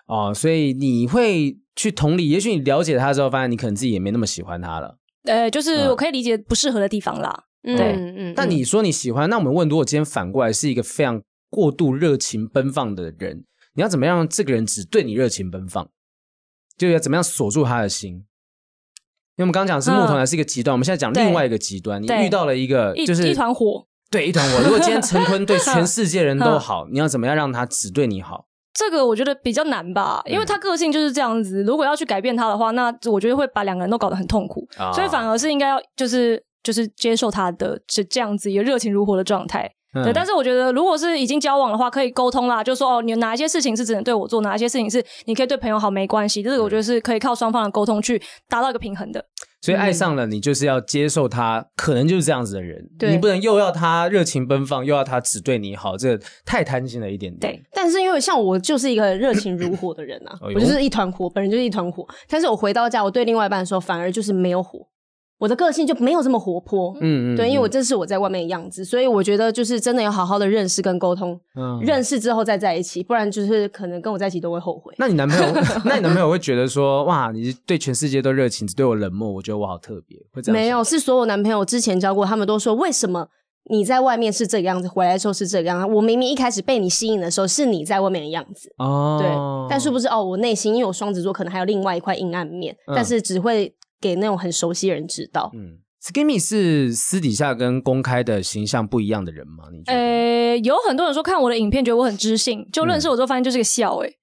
A: 哦，所以你会去同理，也许你了解他之后，发现你可能自己也没那么喜欢他了。
B: 呃，就是
A: 嗯
B: 我可以理解不适合的地方啦。
A: 对
C: 嗯嗯
A: 但你说你喜欢，那我们问，如果今天反过来是一个非常过度热情奔放的人，你要怎么样让这个人只对你热情奔放？就要怎么样锁住他的心？因为我们刚刚讲是木头
B: 嗯
A: 男是一个极端，我们现在讲
B: 对
A: 另外一个极端，你
B: 对
A: 遇到了一个
B: 一
A: 就是
B: 一团火，
A: 对一团火。如果今天陈坤
B: [laughs]
A: 对全世界人都
B: 嗯
A: 好，你要怎么样让他只对你好？
B: 这个我觉得比较难吧，因为他个性就是这样子。如果要去改变他的话，那我觉得会把两个人都搞得很痛苦。
A: 啊
B: 所以反而是应该要就是就是接受他的这这样子一个热情如火的状态。对，但
A: 是
B: 是我觉得如果是已经交往的话，可以沟通啦，就说哦，你哪一些事情是只能对我做，哪一些事情是你可以对朋友好，没关系。这个我觉得是可以靠双方的沟通去达到一个平衡的。
A: 所以
C: 嗯
A: 爱上了你，就是要接受他，可能就是这样子的人。
B: 对
A: 你不能又要他热情奔放，又要他只对你好，这个太贪心了一点点。，
B: 对
C: 但是因为像我就是一个热情如火的人啊
A: 哎呦
C: 我就是一团火，本人就是一团火。但是我回到家，我对另外一半的时候，反而就是没有火，我的个性就没有这么活泼。
A: 嗯嗯，
C: 对，因为我
A: 嗯
C: 这是我在外面的样子，所以我觉得就是真的要好好的认识跟沟通，
A: 嗯
C: 认识之后再在一起，不然就是可能跟我在一起都会后悔。
A: [laughs] 那你男朋
C: [laughs]
A: 友，那你男朋友会觉得说，哇，你对全世界都热情，只对我冷漠，我觉得我好特别，会这样想
C: 没有，是所有男朋友之前交过，他们都说为什么你在外面是这个样子，回来的时候是这个样子。我明明一开始被你吸引的时候是你在外面的样子，对，
A: 哦，
C: 但殊
A: 是
C: 不知哦，我内心因为我双子座可能还有另外一块阴暗面，
A: 嗯
C: 但是只会给那种很熟悉的人知道。
A: 嗯，Skimmy 是私底下跟公开的形象不一样的人吗？你觉得？
B: 呃，有很多人说看我的影片觉得我很知性，就认识我之后发现就是个笑诶、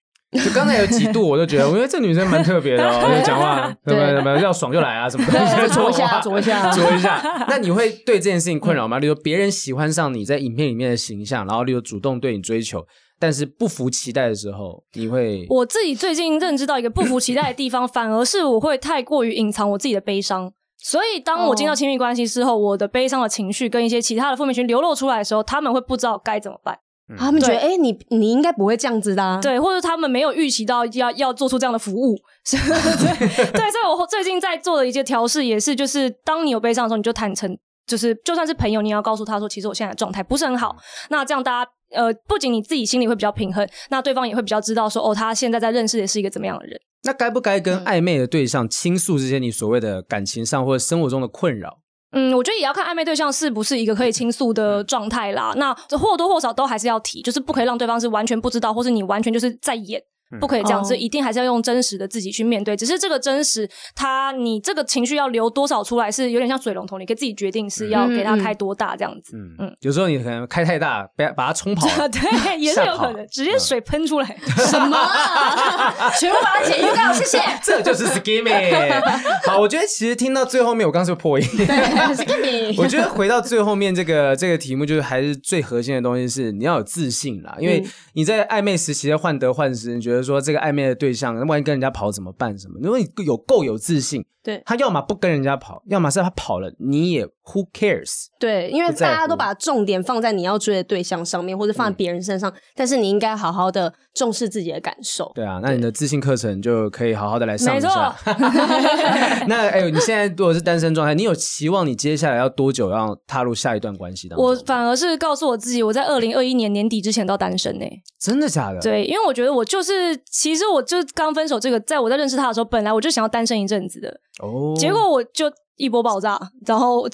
A: 就刚才有几度，我都觉得，我觉得这女生蛮特别的
C: [laughs]
A: 哦，就讲话什么
C: 对
A: 什么要爽就来啊，什么东西
C: [laughs] 对
A: [laughs] 就
C: 啄一下
A: 哇
C: 啄一下
A: 啄一下。那你会对这件事情困扰吗？例如别人喜欢上你在影片里面的形象，然后例如主动对你追求，但是不服期待的时候，你会
B: 我自己最近认知到一个不服期待的地方，反而是我会太过于隐藏我自己的悲伤。所以，当我进到亲密关系之后，我的悲伤的情绪跟一些其他的负面情绪流露出来的时候，他们会不知道该怎么办，
A: 嗯
C: 他们觉得，哎、
B: 对
C: 你你应该不会这样子的、啊，，
B: 对，或者他们没有预期到要要做出这样的服务，所以对对，所以我最近在做的一些调试也是，就是当你有悲伤的时候，你就坦诚，就是就算是朋友，你也要告诉他说，其实我现在的状态不是很好。嗯那这样大家呃，不仅你自己心里会比较平衡，那对方也会比较知道说，哦，他现在在认识的是一个怎么样的人。
A: 那该不该
C: 嗯
A: 跟暧昧的对象倾诉这些你所谓的感情上或者生活中的困扰？
B: 嗯，我觉得也要看暧昧对象是不是一个可以倾诉
A: 嗯
B: 的状态啦。那或多或少都还是要提，就是不可以让对方是完全不知道，或是你完全就是在演，
A: 嗯
B: 不可以这样
C: 哦
B: 子，一定还是要用真实的自己去面对。只是这个真实，他你这个情绪要留多少出来，是有点像水龙头，你可以自己决定是要给他开多大这样子。
A: 嗯嗯
B: 嗯，。
A: 有时候你可能开太大，把把它冲跑啊了
B: [laughs] 对，也是有可
A: 哦吓跑
B: 能，直接水喷出来。 [laughs]
C: 什
A: [laughs]
C: 么、啊，全部把它剪预告， [laughs] 谢谢。
A: 这就是 skimming。好， [laughs] 我觉得其实听到最后面，我刚刚是不是破音。
C: 对，是跟你。
A: [laughs] 我觉得回到最后面这个这个题目，
B: 嗯
A: 就是还是最核心的东西是你要有自信啦，因为你在暧昧时期的患得患失，你觉得得说这个暧昧的对象，万一跟人家跑怎么办？什么？如果你有够有自信，
C: 对
A: 他要么不跟人家跑，要么是他跑了，你也 who cares？
C: 对，因为
A: 不在
C: 大
A: 乎嗯
C: 家都把重点放在你要追的对象上面，或者放在别人身上，但是你应该好好的重视自己的感受。
A: 对啊，那你的自信课程就可以好好的来上
B: 没
A: 一
B: 错
A: 下。
B: [laughs]
A: [laughs] 那哎、你现在如果是单身状态，你有期望你接下来要多久要踏入下一段关系当中？
B: 我反而是告诉我自己，我在二零二一年年底之前都单身呢、
A: 真的假的？，
B: 对，因为我觉得我就是，其实我就刚分手这个，在我在认识他的时候，本来我就想要单身一阵子的，
A: 哦，
B: 结果我就一波爆炸，然后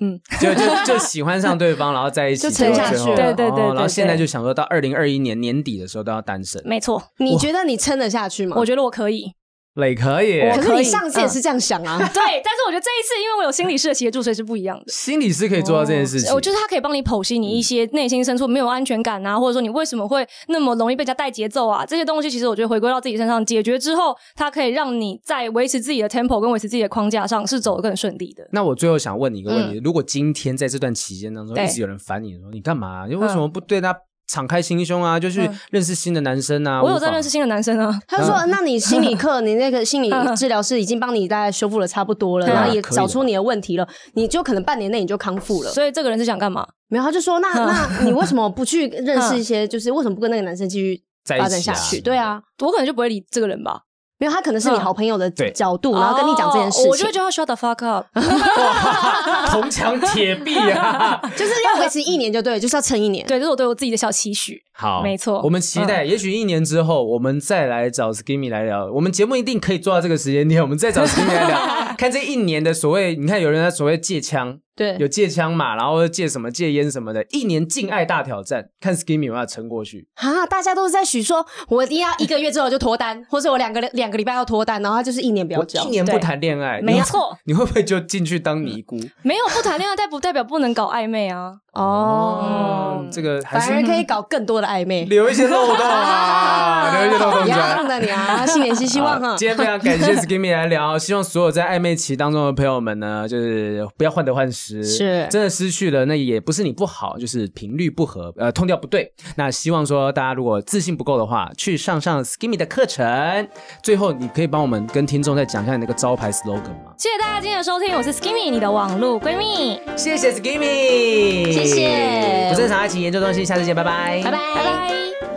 B: 嗯， [laughs]
A: 就就就喜欢上对方，然后在一起，
C: 就沉下
A: 最后
C: 去了
A: 最后
B: 对对对对
A: 哦然后现在
B: 对嗯
A: 就想说到二零二一年年底的时候都要单身，
B: 没错，
C: 你觉得你撑得下去吗？
A: 嗯
B: 我觉得我可以。
A: 磊可以
B: 我
C: 可是
B: 可
C: 你
B: 以
C: 上次也是这样想
B: [laughs]
C: 啊。
B: 对，但是我觉得这一次，因为我有心理师的协助，所以是不一样的。哦
A: 心理是可以做到这件事情。嗯
B: 我就是他可以帮你剖析你一些内心深处没有安全感啊，或者说你为什么会那么容易被人家带节奏啊，这些东西其实我觉得回归到自己身上解决之后，它可以让你在维持自己的 tempo 跟维持自己的框架上是走得更顺利的。
A: 那我最后想问你一个问题：如果今天在这段期间当中，
B: 嗯对嗯
A: 一直有人烦你说你干嘛、啊你为什么不对他敞开心胸啊？就去认识新的男生啊？
B: 我有
A: 无
B: 在
A: 妨
B: 认识新的男生啊，
C: 他说：“那你心理课，你那个心理治疗师已经帮你大概修复了差不多了，
A: 对啊
C: 然后也
A: 可以
C: 找
A: 了
C: 出你的问题了，你就可能半年内你就康复了。
B: 所以这个人是想干嘛？
C: 没有，他就说：那那你为什么不去认识一些？就是为什么不跟那个男生继续
A: 在一起啊
C: 发展下去？对啊，
B: 我可能就不会理这个人吧。
C: 没有，他可能是你
B: 嗯
C: 好朋友的
A: 对
C: 角度，然后跟你讲这件
B: 哦
C: 事情，
B: 我就会叫他 shut the fuck up。
A: [laughs] 哇铜墙铁壁啊！
C: 就是哦要维持一年就对了，就是要撑一年。
B: 对，这是我对我自己的小期许。
A: 好，
B: 没错
A: 我们期待，也许一年之后，我们再来找 Skimmy 来聊。我们节目一定可以做到这个时间点，我 [laughs] 们再找 Skimmy 来聊，看这一年的所谓，你看有人在所谓戒枪，
C: 对
A: 有戒枪嘛，然后戒什么戒烟什么的，一年禁爱大挑战，看 Skimmy 有没有撑过去。
C: 啊，大家都是在许说，我一定要一个月之后就脱单，或者我两个两个礼拜要脱单，然后他就是一年不要
A: 我
C: 交
A: 一。年不谈恋爱，你
B: 没
A: 会
B: 错，
A: [laughs] 你会不会就进去当尼姑？
B: 没有不谈恋爱，但不代表不能搞暧昧啊。
A: 哦，这个还
C: 反而
A: 是
C: 可以搞更多的暧昧。
A: 留一些漏洞
C: [laughs]
A: 啊，留一些漏洞
C: 一
A: 出
C: 样
A: 来。
C: 的你啊，新年新希望
A: 好
C: 哈。
A: 今天非常感谢 Skimmy 来
C: [laughs]
A: 聊，希望所有在暧昧期当中的朋友们呢，就是不要患得患失，
C: 是
A: 真的失去了，那也不是你不好，就是频率不合，呃，痛调不对。那希望说大家如果自信不够的话，去上上 Skimmy 的课程。最后，你可以帮我们跟听众再讲一下你那个招牌 slogan 吗？
B: 谢谢大家今天的收听，我是 Skimmy，你的网络闺蜜，
A: 谢谢 Skimmy，
C: 谢谢
A: 不正常爱情研究中心，下次见，拜拜，
C: 拜拜
B: 拜拜。